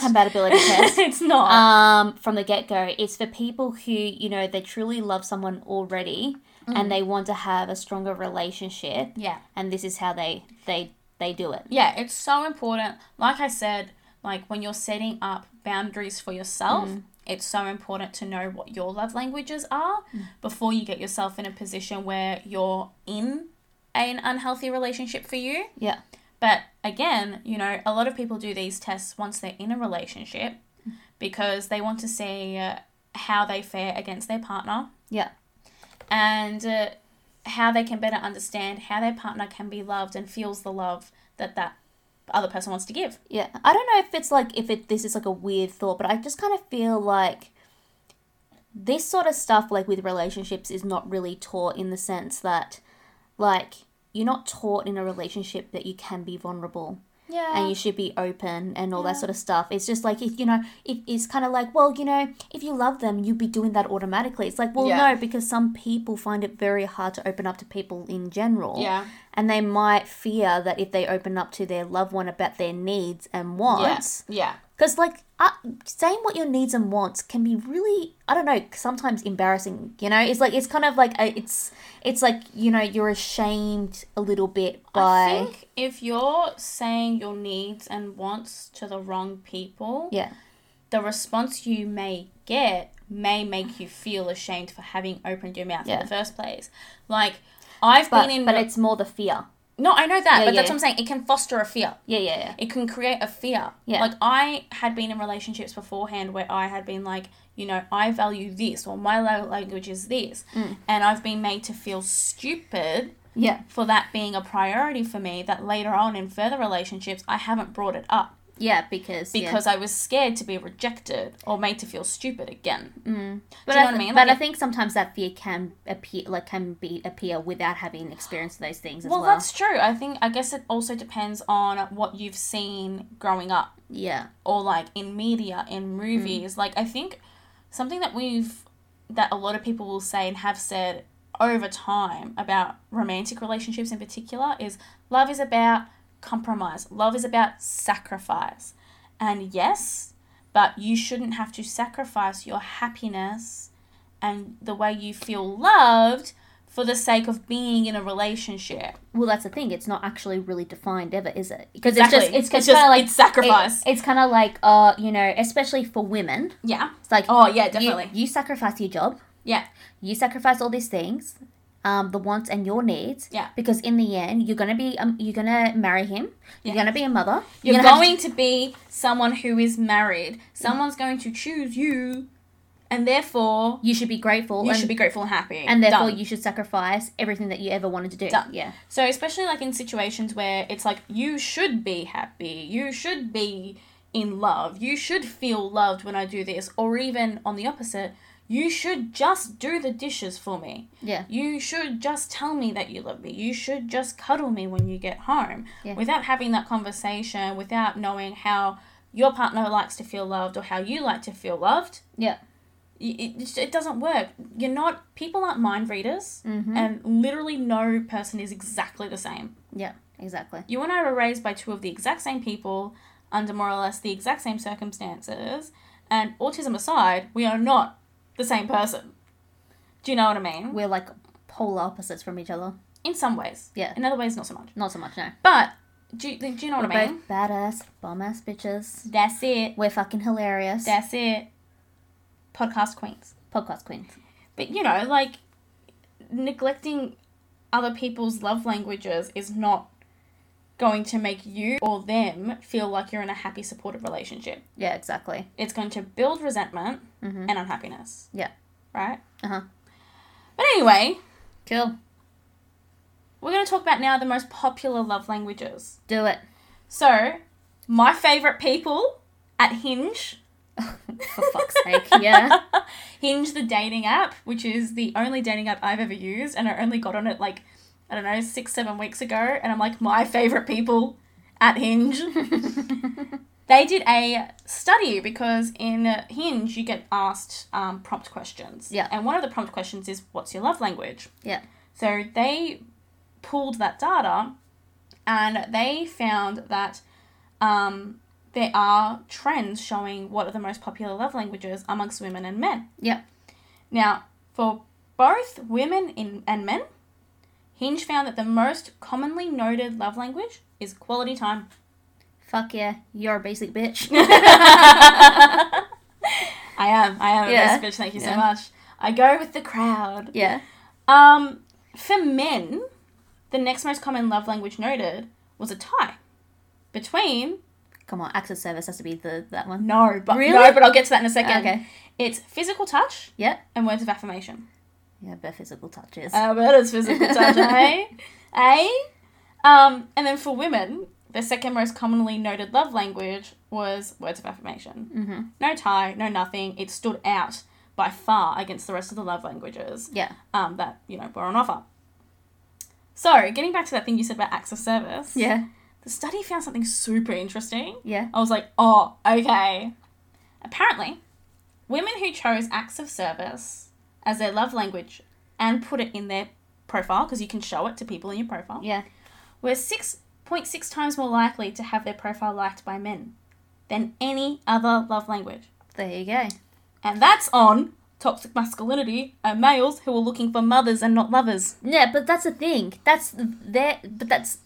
S1: compatibility test.
S2: it's not
S1: um, from the get go. It's for people who, you know, they truly love someone already and they want to have a stronger relationship.
S2: yeah
S1: And this is how they they they do it.
S2: yeah, it's so important. Like I said, like when you're setting up boundaries for yourself, it's so important to know what your love languages are before you get yourself in a position where you're in an unhealthy relationship for you.
S1: Yeah.
S2: But again, you know, a lot of people do these tests once they're in a relationship because they want to see uh, how they fare against their partner
S1: Yeah.
S2: and uh, how they can better understand how their partner can be loved and feels the love that that other person wants to give.
S1: Yeah. I don't know if it's like if it this is like a weird thought, but I just kind of feel like this sort of stuff like with relationships is not really taught in the sense that like you're not taught in a relationship that you can be vulnerable.
S2: Yeah.
S1: and you should be open and all that sort of stuff. It's just like if you know, if it's kind of like, well, you know, if you love them, you'd be doing that automatically. It's like, well,
S2: Yeah.
S1: no, because some people find it very hard to open up to people in general.
S2: Yeah.
S1: and they might fear that if they open up to their loved one about their needs and wants,
S2: Yeah.
S1: because like uh, saying what your needs and wants can be really, I don't know, sometimes embarrassing. You know, it's like it's kind of like a, it's it's like you know you're ashamed a little bit by
S2: I think if you're saying your needs and wants to the wrong people,
S1: yeah.
S2: the response you may get may make you feel ashamed for having opened your mouth
S1: Yeah.
S2: in the first place. Like I've
S1: But,
S2: been in
S1: but it's more the fear.
S2: No, I know that,
S1: Yeah,
S2: but that's
S1: yeah.
S2: what I'm saying. It can foster a fear.
S1: Yeah, yeah, yeah.
S2: It can create a fear.
S1: Yeah.
S2: Like I had been in relationships beforehand where I had been like, you know, I value this or my lo- language is this,
S1: Mm.
S2: and I've been made to feel stupid
S1: Yeah.
S2: for that being a priority for me that later on in further relationships I haven't brought it up
S1: Yeah, because
S2: because I was scared to be rejected or made to feel stupid again.
S1: Mm. but
S2: you know
S1: I,
S2: what I mean?
S1: But
S2: Like,
S1: I think sometimes that fear can appear like can be appear without having experienced those things as well.
S2: Well, that's true. I think I guess it also depends on what you've seen growing up
S1: yeah.
S2: or like in media in movies like i think something that we've that a lot of people will say and have said over time about romantic relationships in particular is love is about compromise love is about sacrifice and yes but you shouldn't have to sacrifice your happiness and the way you feel loved for the sake of being in a relationship
S1: Well, that's the thing. It's not actually really defined ever, is it? Because
S2: Exactly.
S1: it's just it's,
S2: It's
S1: kind
S2: just-
S1: of like
S2: it's sacrifice.
S1: it- it's kind of like uh, you know, especially for women.
S2: yeah
S1: It's like
S2: oh yeah
S1: you-
S2: definitely
S1: you, sacrifice your job,
S2: yeah
S1: you sacrifice all these things, um, the wants and your needs.
S2: Yeah.
S1: Because in the end, you're gonna be um, you're gonna marry him. You're
S2: Yeah.
S1: gonna be a mother.
S2: You're,
S1: gonna have to-
S2: going to be someone who is married. Someone's going to choose you, and therefore
S1: you should be grateful.
S2: you
S1: and-
S2: should be grateful and happy.
S1: and therefore
S2: Done.
S1: you should sacrifice everything that you ever wanted to do.
S2: Done.
S1: Yeah,
S2: So especially like in situations where it's like you should be happy, you should be in love, you should feel loved when I do this, or even on the opposite, you should just do the dishes for me.
S1: yeah,
S2: You should just tell me that you love me. You should just cuddle me when you get home.
S1: Yeah.
S2: Without having that conversation, without knowing how your partner likes to feel loved or how you like to feel loved,
S1: yeah,
S2: y- it, just- it doesn't work. You're not, people aren't mind readers,
S1: Mm-hmm.
S2: and literally no person is exactly the same.
S1: yeah. Exactly.
S2: You and I were raised by two of the exact same people under more or less the exact same circumstances, and autism aside, we are not the same person. Do you know what I mean?
S1: We're like polar opposites from each other.
S2: In some ways.
S1: Yeah.
S2: In other ways, not so much.
S1: Not so much, no.
S2: But do you, do you know what
S1: We're
S2: I mean?
S1: both badass, bomb ass bitches.
S2: That's it.
S1: We're fucking hilarious.
S2: That's it. Podcast queens.
S1: Podcast queens.
S2: But you know, like neglecting other people's love languages is not going to make you or them feel like you're in a happy, supportive relationship.
S1: Yeah, exactly.
S2: It's going to build resentment and unhappiness,
S1: Yeah.
S2: right?
S1: Uh huh.
S2: But anyway,
S1: Cool.
S2: we're going to talk about now the most popular love languages.
S1: Do it.
S2: So, my favorite people at Hinge
S1: For fuck's sake. Yeah.
S2: Hinge, the dating app, which is the only dating app I've ever used, and I only got on it like, I don't know, six, seven weeks ago, and I'm like, my favorite people at Hinge. they did a study because in Hinge, you get asked um, prompt questions.
S1: Yeah.
S2: And one of the prompt questions is, what's your love language?
S1: Yeah.
S2: So they pulled that data and they found that um, there are trends showing what are the most popular love languages amongst women and men.
S1: Yeah.
S2: Now, for both women in, and men, Hinge found that the most commonly noted love language is quality time.
S1: Fuck yeah. You're a basic bitch.
S2: I am, I am
S1: Yeah.
S2: a basic bitch, thank you
S1: Yeah.
S2: so much. I go with the crowd.
S1: yeah.
S2: Um, for men, the next most common love language noted was a tie between
S1: Come on. Access service has to be the that one.
S2: no, but
S1: Really?
S2: no, but I'll get to that in a second.
S1: Okay.
S2: It's physical touch
S1: Yeah.
S2: and words of affirmation.
S1: Yeah. But physical touches.
S2: Uh, but it's physical touch, eh? eh? Um, and then for women, the second most commonly noted love language was words of affirmation. Mm-hmm. No tie, no nothing. It stood out by far against the rest of the love languages
S1: yeah.
S2: um, that you know were on offer. So, getting back to that thing you said about access service,
S1: Yeah.
S2: the study found something super interesting.
S1: Yeah.
S2: I was like, oh, okay. Apparently, women who chose acts of service as their love language and put it in their profile, because you can show it to people in your profile,
S1: Yeah.
S2: were 6.6 times more likely to have their profile liked by men than any other love language.
S1: There you go.
S2: And that's on toxic masculinity and males who are looking for mothers and not lovers.
S1: Yeah, but that's the thing. That's their. But that's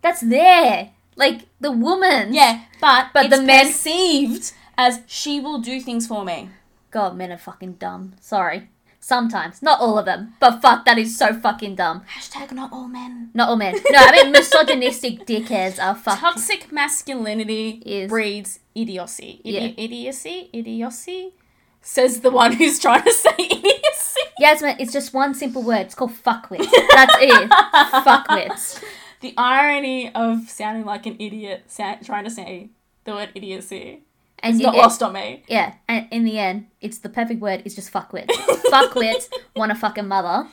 S1: that's there. Like the woman.
S2: Yeah, but
S1: But
S2: it's
S1: the men-
S2: perceived as she will do things for me.
S1: God, men are fucking dumb. Sorry. Sometimes, not all of them, but fuck, that is so fucking dumb.
S2: Hashtag not all men.
S1: Not all men. No, I mean misogynistic dickheads are fuck.
S2: Toxic masculinity
S1: Is-
S2: breeds idiocy. Idi- Idiocy? Idiocy? Says the one who's trying to say idiocy.
S1: Yeah, it's, it's just one simple word. It's called fuckwits. That's it. fuckwits.
S2: The irony of sounding like an idiot, sa- trying to say the word idiocy,
S1: And
S2: is
S1: you-
S2: not
S1: it-
S2: lost on me.
S1: Yeah, and in the end, it's the perfect word. It's just fuckwits. fuckwits want a fucking mother,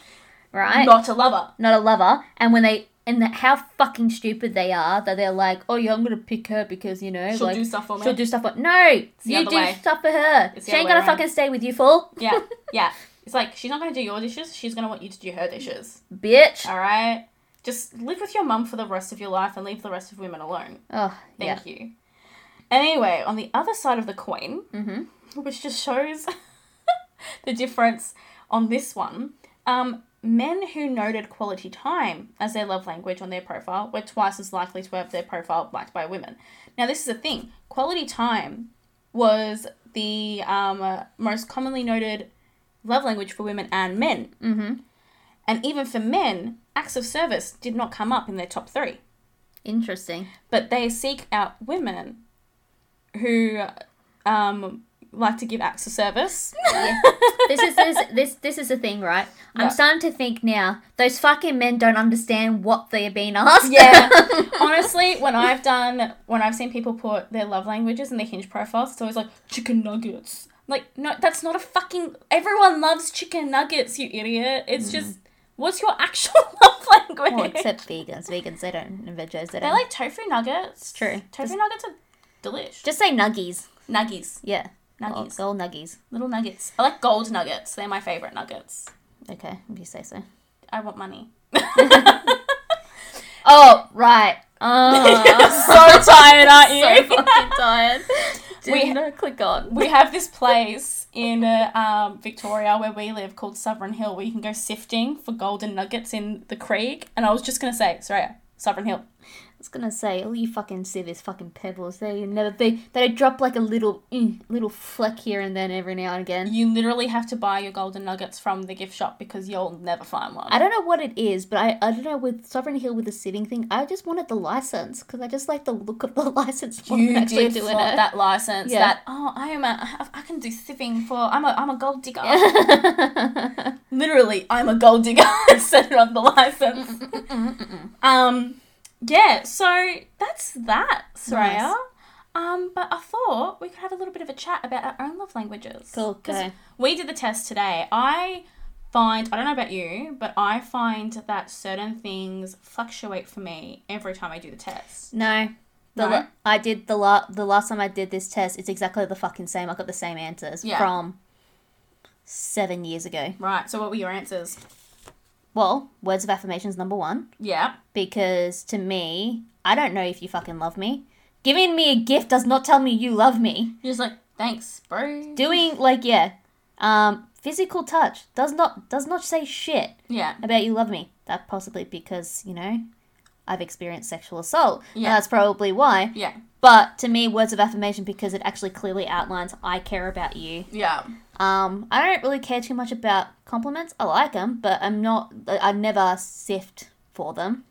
S1: right?
S2: Not a lover.
S1: not a lover. And when they and that how fucking stupid they are that they're like, oh yeah, I'm gonna pick her because you know,
S2: She'll
S1: like
S2: do stuff for me.
S1: she'll do stuff for. No,
S2: the
S1: you
S2: other
S1: do
S2: way.
S1: stuff for her.
S2: It's the
S1: she
S2: other
S1: ain't
S2: way
S1: gonna
S2: around.
S1: fucking stay with you, fool.
S2: Yeah, yeah. It's like she's not going to do your dishes. She's going to want you to do her dishes.
S1: bitch.
S2: All right. Just live with your mum for the rest of your life and leave the rest of women alone.
S1: Oh yeah,
S2: Thank you. Anyway, on the other side of the coin,
S1: Mhm.
S2: which just shows the difference on this one, um, men who noted quality time as their love language on their profile were twice as likely to have their profile liked by women. Now, this is the thing quality time was the um, most commonly noted love language for women and men. Mm-hmm. And even for men, acts of service did not come up in their top three
S1: interesting.
S2: but they seek out women who um, like to give acts of service.
S1: this is this this this is the thing, right?
S2: Yeah.
S1: I'm starting to think now. Those fucking men don't understand what they're being asked.
S2: yeah. Honestly, when I've done, when I've seen people put their love languages in their hinge profiles, it's always like chicken nuggets. Like, no, that's not a fucking. Everyone loves chicken nuggets, you idiot. It's just, what's your actual love language?
S1: Well, except vegans. Vegans, they don't. And veggies,
S2: they
S1: they don't.
S2: like tofu nuggets.
S1: True.
S2: Tofu nuggets are delish.
S1: Just say nuggies.
S2: Nuggies.
S1: Yeah.
S2: Nuggies.
S1: Gold nuggies.
S2: Little nuggets. I like gold nuggets. They're my favorite nuggets.
S1: Okay, if you say so.
S2: I want money.
S1: Oh, right. Oh,
S2: so tired, aren't
S1: so fucking tired. Did
S2: We-
S1: not click on.
S2: we have this place in uh, um, Victoria where we live called Sovereign Hill where you can go sifting for golden nuggets in the creek. And I was just going to say, sorry, Sovereign Hill.
S1: I was gonna say, all you fucking civis, fucking pebbles, they never they they drop like a little mm, little fleck here and then every now and again.
S2: You literally have to buy your golden nuggets from the gift shop because you'll never find one.
S1: I don't know what it is, but I, I don't know with Sovereign Hill with the sitting thing. I just wanted the license because I just like the look of the license. more than
S2: you did flaunt
S1: it.
S2: that license.
S1: Yeah.
S2: That oh, I am a, I can do sifting for. I'm a, I'm a gold digger. Literally, I'm a gold digger. I said it on the license. um, yeah. So that's that, Soraya.
S1: Nice.
S2: Um, but I thought we could have a little bit of a chat about our own love languages.
S1: Cool,
S2: 'Cause
S1: go.
S2: We did the test today. I find I don't know about you, but I find that certain things fluctuate for me every time I do the test.
S1: No. The
S2: No?
S1: la- I did the la- the last time I did this test. It's exactly the fucking same. I got the same answers
S2: Yeah.
S1: from seven years ago.
S2: Right. So what were your answers?
S1: Well, words of affirmations number one
S2: Yeah.
S1: because to me, I don't know if you fucking love me. Giving me a gift does not tell me you love me.
S2: You're just like, thanks, bro.
S1: Doing like yeah, um, physical touch does not does not say shit.
S2: yeah.
S1: about you love me. That possibly because, you know, I've experienced sexual assault. and
S2: Yeah.
S1: that's probably why.
S2: Yeah.
S1: But to me, words of affirmation because it actually clearly outlines I care about you.
S2: Yeah.
S1: Um, I don't really care too much about compliments. I like them, but I'm not, I never sift for them.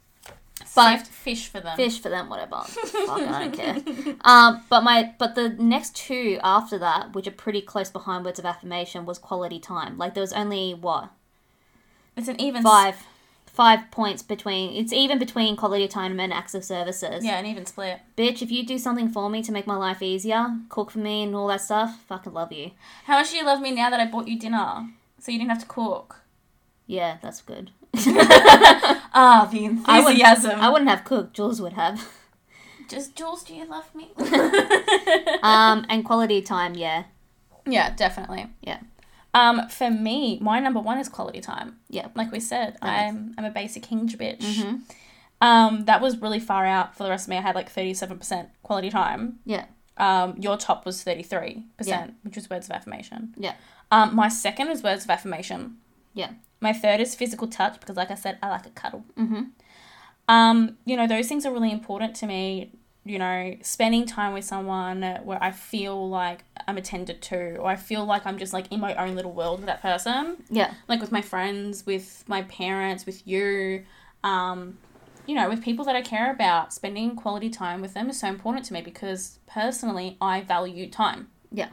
S2: Saved fish for them.
S1: Fish for them, whatever. Fuck, I don't care. Um, but my, but the next two after that, which are pretty close behind words of affirmation, was quality time. Like there was only what
S2: It's an even
S1: five five points between it's even between quality time and acts of services
S2: Yeah, an even split.
S1: bitch if you do something for me to make my life easier cook for me and all that stuff fucking love you
S2: How much do you love me now that I bought you dinner? So you didn't have to cook.
S1: yeah that's good
S2: Ah, the
S1: I wouldn't,
S2: enthusiasm.
S1: I wouldn't have cooked jules would have
S2: Just Jules, do you love me?
S1: um, and quality time, yeah.
S2: yeah, definitely.
S1: Yeah.
S2: Um, for me, my number one is quality time.
S1: Yeah. Mm-hmm.
S2: Like we said, I'm I'm a basic hinge bitch. Um, that was really far out for the rest of me. I had like thirty seven percent quality time.
S1: Yeah.
S2: Um, your top was thirty three
S1: Yeah.
S2: percent, which was words of affirmation.
S1: Yeah.
S2: Um, my second is words of affirmation.
S1: Yeah.
S2: My third is physical touch because, like I said, I like a cuddle.
S1: Mhm.
S2: Um, you know, those things are really important to me. You know, spending time with someone where I feel like I'm attended to, or I feel like I'm just like in my own little world with that person,
S1: Yeah.
S2: like with my friends, with my parents, with you, um, you know, with people that I care about. Spending quality time with them is so important to me because personally, I value time
S1: Yeah.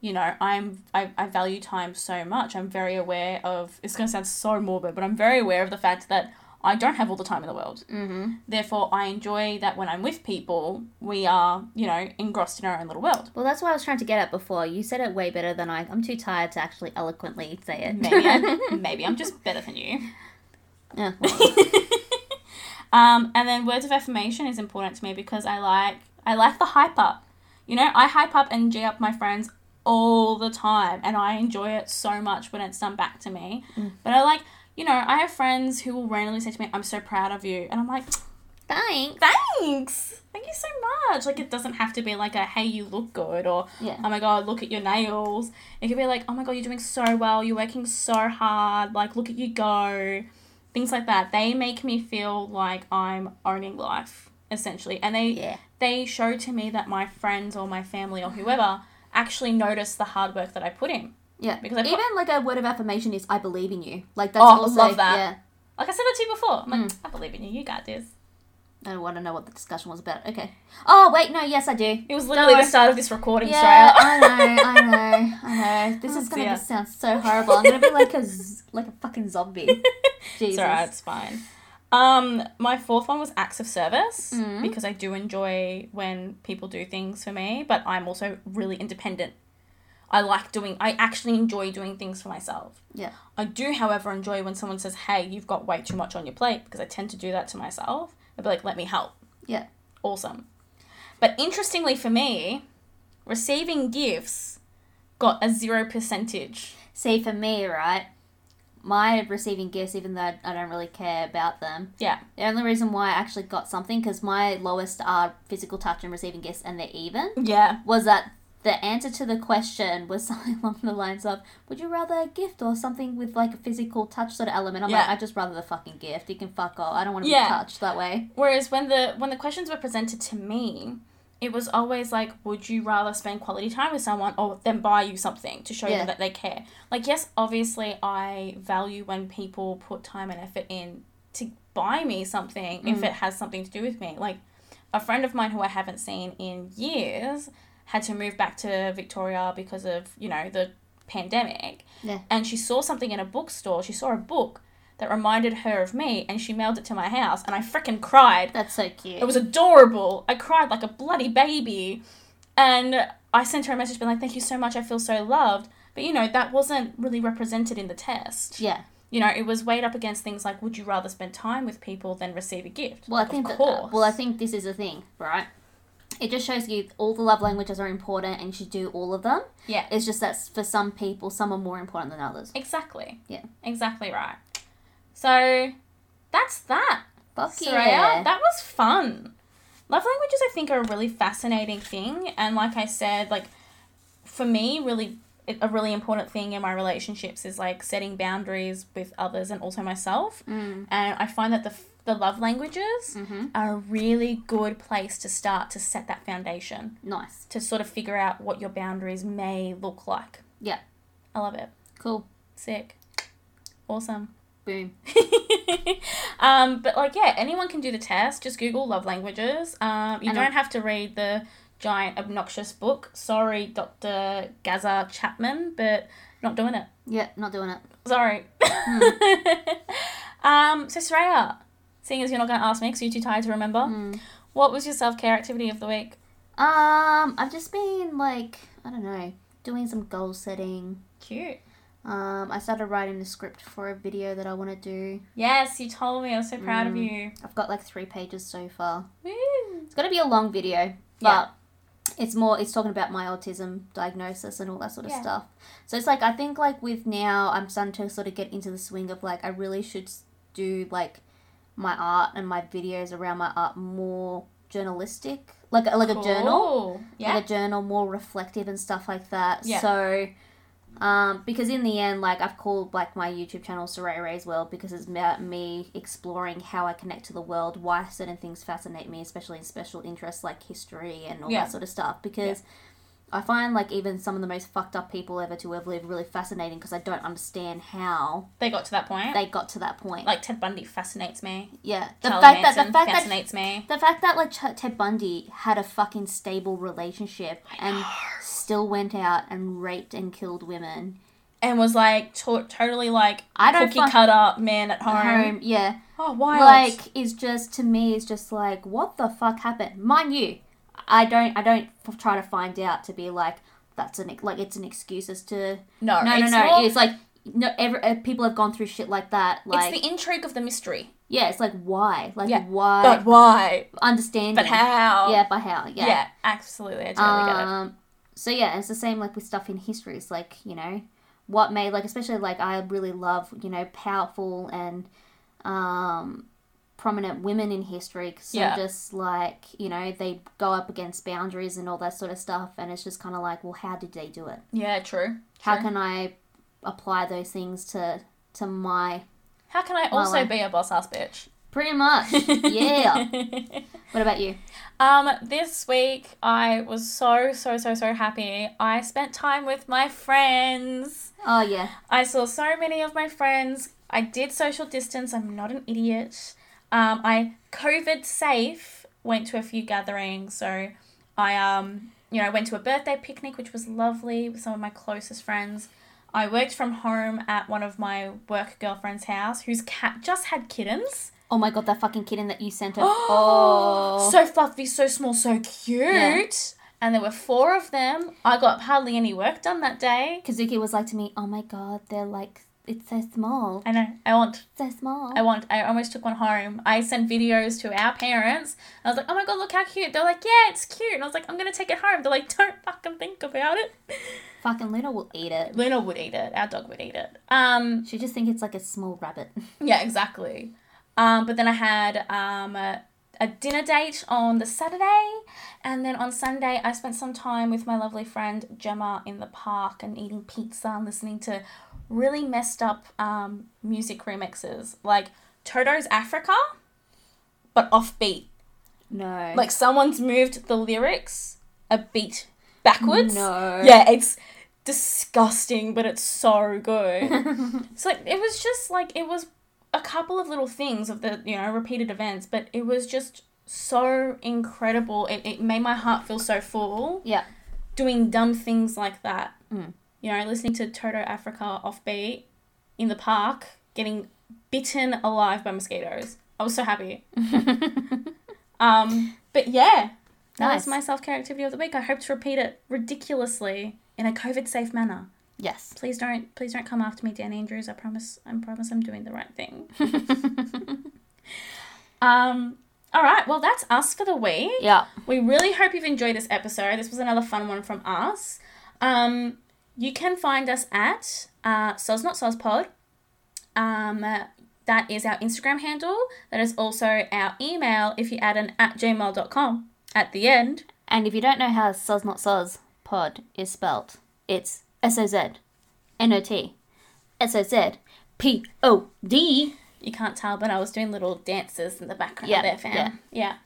S2: you know i'm I, I value time so much i'm very aware of it's going to sound so morbid but i'm very aware of the fact that i don't have all the time in the world
S1: Mm-hmm.
S2: therefore i enjoy that when i'm with people we are you know engrossed in our own little world
S1: Well, that's what I was trying to get at before. You said it way better than I. I'm too tired to actually eloquently say it.
S2: maybe I'm, maybe I'm just better than you
S1: yeah. well,
S2: um, and then words of affirmation is important to me because i like i like the hype up you know i hype up and g up my friends all the time and i enjoy it so much when it's done back to me but i like you know i have friends who will randomly say to me i'm so proud of you and i'm like
S1: Thanks.
S2: thanks thank you so much like it doesn't have to be like a hey you look good or
S1: Yeah.
S2: oh my god look at your nails it could be like oh my god you're doing so well you're working so hard like look at you go things like that they make me feel like i'm owning life essentially and they
S1: Yeah.
S2: they show to me that my friends or my family or whoever actually notice the hard work that i put in
S1: Yeah.
S2: Because I put-
S1: Even like a word of affirmation is I believe in you. Like that's
S2: Oh, I
S1: also
S2: love that.
S1: yeah.
S2: like i said that to you before i'm
S1: Mm.
S2: like i believe in you you got this
S1: I don't want to know what the discussion was about. Okay. Oh wait, no, yes I do.
S2: it was literally
S1: worry.
S2: the start of this recording
S1: Yeah,
S2: so
S1: I know, I know, I know. This
S2: Oh,
S1: is gonna
S2: dear.
S1: just sound so horrible. I'm gonna be like a z- like a fucking zombie. Jesus.
S2: It's alright, it's fine. Um, my fourth one was acts of service
S1: Mm.
S2: because I do enjoy when people do things for me, but I'm also really independent. I like doing, I actually enjoy doing things for myself.
S1: Yeah.
S2: I do, however, enjoy when someone says, hey, you've got way too much on your plate because I tend to do that to myself. I'd be like, let me help.
S1: Yeah.
S2: Awesome. But interestingly for me, receiving gifts got a zero percentage.
S1: See, for me, right, my receiving gifts, even though I I don't really care about them,
S2: Yeah.
S1: the only reason why I actually got something, because my lowest are physical touch and receiving gifts, and they're even,
S2: Yeah.
S1: was that the answer to the question was something along the lines of, would you rather a gift or something with like a physical touch sort of element? I'm like,
S2: Yeah.
S1: I'd just rather the fucking gift. You can fuck off. I don't want to
S2: Yeah.
S1: be touched that way.
S2: Whereas when the when the questions were presented to me, it was always like, would you rather spend quality time with someone or then buy you something to show
S1: Yeah.
S2: them that they care? Like, yes, obviously, I value when people put time and effort in to buy me something if it has something to do with me. Like, a friend of mine who I haven't seen in years had to move back to Victoria because of you know the pandemic.
S1: Yeah.
S2: And she saw something in a bookstore. She saw a book that reminded her of me, and she mailed it to my house, and I freaking cried.
S1: That's so cute.
S2: It was adorable. I cried like a bloody baby. And I sent her a message being like, thank you so much, I feel so loved. But you know, that wasn't really represented in the test.
S1: yeah.
S2: You know, it was weighed up against things like, would you rather spend time with people than receive a gift?
S1: Well, I
S2: Of
S1: think that, uh,
S2: course.
S1: well, I think this is a thing, right? It just shows you all the love languages are important and you should do all of them.
S2: Yeah.
S1: It's just that for some people, some are more important than others.
S2: Exactly.
S1: Yeah.
S2: Exactly right. So that's that.
S1: Fuck
S2: Soraya,
S1: yeah.
S2: that was fun. Love languages, I think, are a really fascinating thing, and like I said, like for me, really a really important thing in my relationships is like setting boundaries with others and also myself.
S1: Mm.
S2: And I find that the f- the love languages
S1: Mhm.
S2: are a really good place to start to set that foundation
S1: Nice.
S2: to sort of figure out what your boundaries may look like.
S1: Yeah.
S2: I love it.
S1: Cool.
S2: Sick. Awesome.
S1: Boom.
S2: um, but like yeah, anyone can do the test. Just Google love languages. Um, you
S1: And
S2: don't have to read the giant obnoxious book. Sorry, Dr. Gaza Chapman, but not doing it.
S1: Yeah, not doing it.
S2: Sorry.
S1: Hmm.
S2: um, so Sreya, seeing as you're not going to ask me because you're too tired to remember,
S1: Mm.
S2: what was your self care activity of the week?
S1: Um, I've just been like, I don't know, doing some goal setting.
S2: Cute.
S1: Um, I started writing a script for a video that I want to do.
S2: Yes, you told me. I'm so proud of
S1: Mm.
S2: you.
S1: I've got like three pages so far.
S2: Woo.
S1: It's gonna be a long video,
S2: Yeah.
S1: but it's more. It's talking about my autism diagnosis and all that sort of
S2: Yeah.
S1: stuff. So it's like I think like with now I'm starting to sort of get into the swing of like I really should s- do like my art and my videos around my art more journalistic, like like a journal
S2: Cool. Yeah.
S1: like a journal more reflective and stuff like that
S2: Yeah.
S1: so um, because in the end like i've called like my youtube channel Saray Ray's world because it's about me exploring how i connect to the world why certain things fascinate me especially in special interests like history and all
S2: Yeah.
S1: that sort of stuff because i find like even some of the most fucked up people ever to ever live really fascinating because i don't understand how
S2: they got to that point.
S1: they got to that point
S2: like Ted Bundy fascinates me.
S1: yeah the
S2: Charlie
S1: fact that
S2: Manson
S1: the fact that
S2: fascinates me.
S1: the fact that like Ch- Ted Bundy had a fucking stable relationship and still went out and raped and killed women.
S2: And was like to- totally like
S1: I don't
S2: cookie
S1: fuck-
S2: cutter man at home.
S1: Home, yeah.
S2: Oh wild.
S1: Like is just to me is just like what the fuck happened? Mind you, I don't I don't f- try to find out to be like that's an ex- like it's an excuse as to
S2: no,
S1: no no
S2: it's
S1: no
S2: more-
S1: it's like no every, uh, people have gone through shit like that like
S2: it's the intrigue of the mystery.
S1: yeah it's like why like
S2: Yeah.
S1: why
S2: But why?
S1: understanding
S2: But how?
S1: yeah by how
S2: Yeah, absolutely. I totally get it.
S1: Um, so yeah, it's the same like with stuff in history. It's like you know what made like especially like I really love you know powerful and um, prominent women in history. So
S2: Yeah.
S1: just like you know they go up against boundaries and all that sort of stuff, and it's just kind of like, well, how did they do it?
S2: Yeah, true.
S1: How
S2: true.
S1: can I apply those things to to my
S2: How can I also
S1: life.
S2: be a boss ass bitch?
S1: pretty much yeah. what about you?
S2: Um, this week I was so so so so happy. I spent time with my friends.
S1: Oh yeah,
S2: I saw so many of my friends. I did social distance. I'm not an idiot. Um, I COVID safe went to a few gatherings. So I um you know went to a birthday picnic which was lovely with some of my closest friends. I worked from home at one of my work girlfriend's house whose cat just had kittens.
S1: oh my god, that fucking kitten that you sent us. oh,
S2: so fluffy, so small, so cute.
S1: Yeah.
S2: And there were four of them. I got hardly any work done that day.
S1: Kazuki was like to me, "Oh my god, they're like it's so small,
S2: I know. I want.
S1: so small."
S2: I want. I almost took one home. I sent videos to our parents. I was like, "Oh my god, look how cute!" They're like, "Yeah, it's cute." And I was like, "I'm gonna take it home." They're like, "Don't fucking think about it."
S1: Fucking Luna will eat it.
S2: Luna would eat it. Our dog would eat it. Um.
S1: She just thinks it's like a small rabbit.
S2: Yeah. Exactly. Um. But then I had um. A, a dinner date on the Saturday, and then on Sunday I spent some time with my lovely friend Gemma in the park and eating pizza and listening to really messed up um, music remixes like Toto's Africa, but offbeat.
S1: No,
S2: Like someone's moved the lyrics a beat backwards.
S1: No.
S2: Yeah, it's disgusting, but it's so good. so like, it was just like it was a couple of little things of the you know repeated events, but it was just so incredible. It, it made my heart feel so full
S1: yeah,
S2: doing dumb things like that.
S1: Mm.
S2: You know, listening to Toto Africa offbeat in the park, getting bitten alive by mosquitoes. I was so happy. Um, but yeah, that
S1: Nice.
S2: was my self care activity of the week. I hope to repeat it ridiculously in a COVID safe manner.
S1: yes.
S2: Please don't, please don't come after me, Dan Andrews. I promise, I promise, I'm doing the right thing. um, all right, well that's us for the week.
S1: Yeah,
S2: We really hope you've enjoyed this episode. This was another fun one from us. Um, you can find us at uh, Soz Not Soz Pod. Um, that is our Instagram handle. That is also our email if you add an at gmail.com at the end.
S1: and if you don't know how soz not soz pod is spelt, it's S O Z N O T S O Z P O D.
S2: You can't tell, but I was doing little dances in the background
S1: Yeah,
S2: there, fam.
S1: yeah.
S2: Yeah.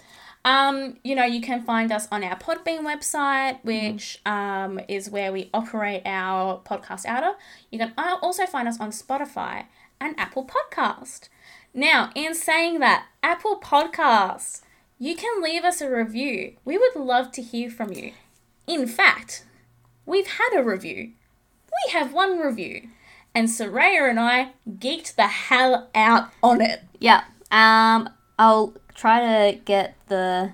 S2: Um, you know, you can find us on our Podbean website, which um, is where we operate our podcast out of. You can al- also find us on Spotify and Apple Podcast. Now, in saying that, Apple Podcast, you can leave us a review. We would love to hear from you. In fact, we've had a review. We have one review. And Soraya and I geeked the hell out on it.
S1: Yeah. Um, I'll try to get the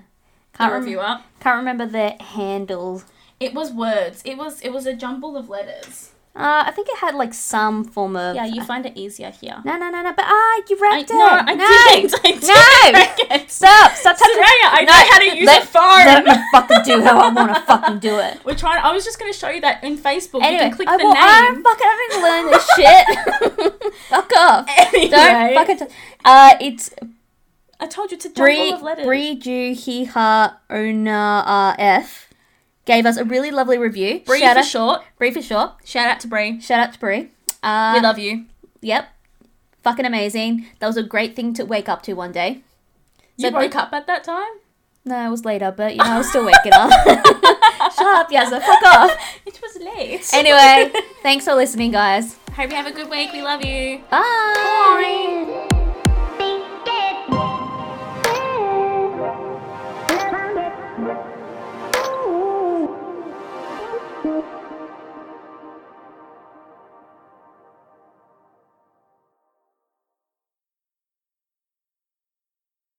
S1: can't
S2: The
S1: rem-
S2: reviewer.
S1: Can't remember the handle.
S2: It was words. It was it was a jumble of letters.
S1: Uh, I think it had like some form of.
S2: Yeah, you find it easier here.
S1: No, no, no, no. But ah, you wrecked
S2: I-
S1: it.
S2: no, I didn't. I didn't
S1: No.
S2: wreck it.
S1: Stop. Stop touching.
S2: Soraya, I know how to use
S1: let,
S2: a phone.
S1: Let me fucking do how I want to fucking do it.
S2: We're trying. I was just going to show you that in Facebook. you
S1: Anyway,
S2: can click
S1: I,
S2: the
S1: well, I'm
S2: name.
S1: fucking having to learn this shit. Fuck off.
S2: Anyway,
S1: Don't fucking. T- uh, it's
S2: I told you to jumble
S1: Bree
S2: of letters.
S1: Bree Ju Hee Ha Ona F gave us a really lovely review.
S2: Bree
S1: shout
S2: for
S1: out,
S2: short.
S1: Bree for sure.
S2: Shout out to Bree.
S1: Shout out to Bree. Uh,
S2: We love you.
S1: Yep. Fucking amazing. That was a great thing to wake up to one day.
S2: You
S1: so-
S2: broke up at that time.
S1: No, it was later, but you know, I was still waking up. Shut up, Yazza. Fuck off.
S2: It was late.
S1: Anyway, thanks for listening, guys.
S2: hope you have a good week. We love you.
S1: Bye.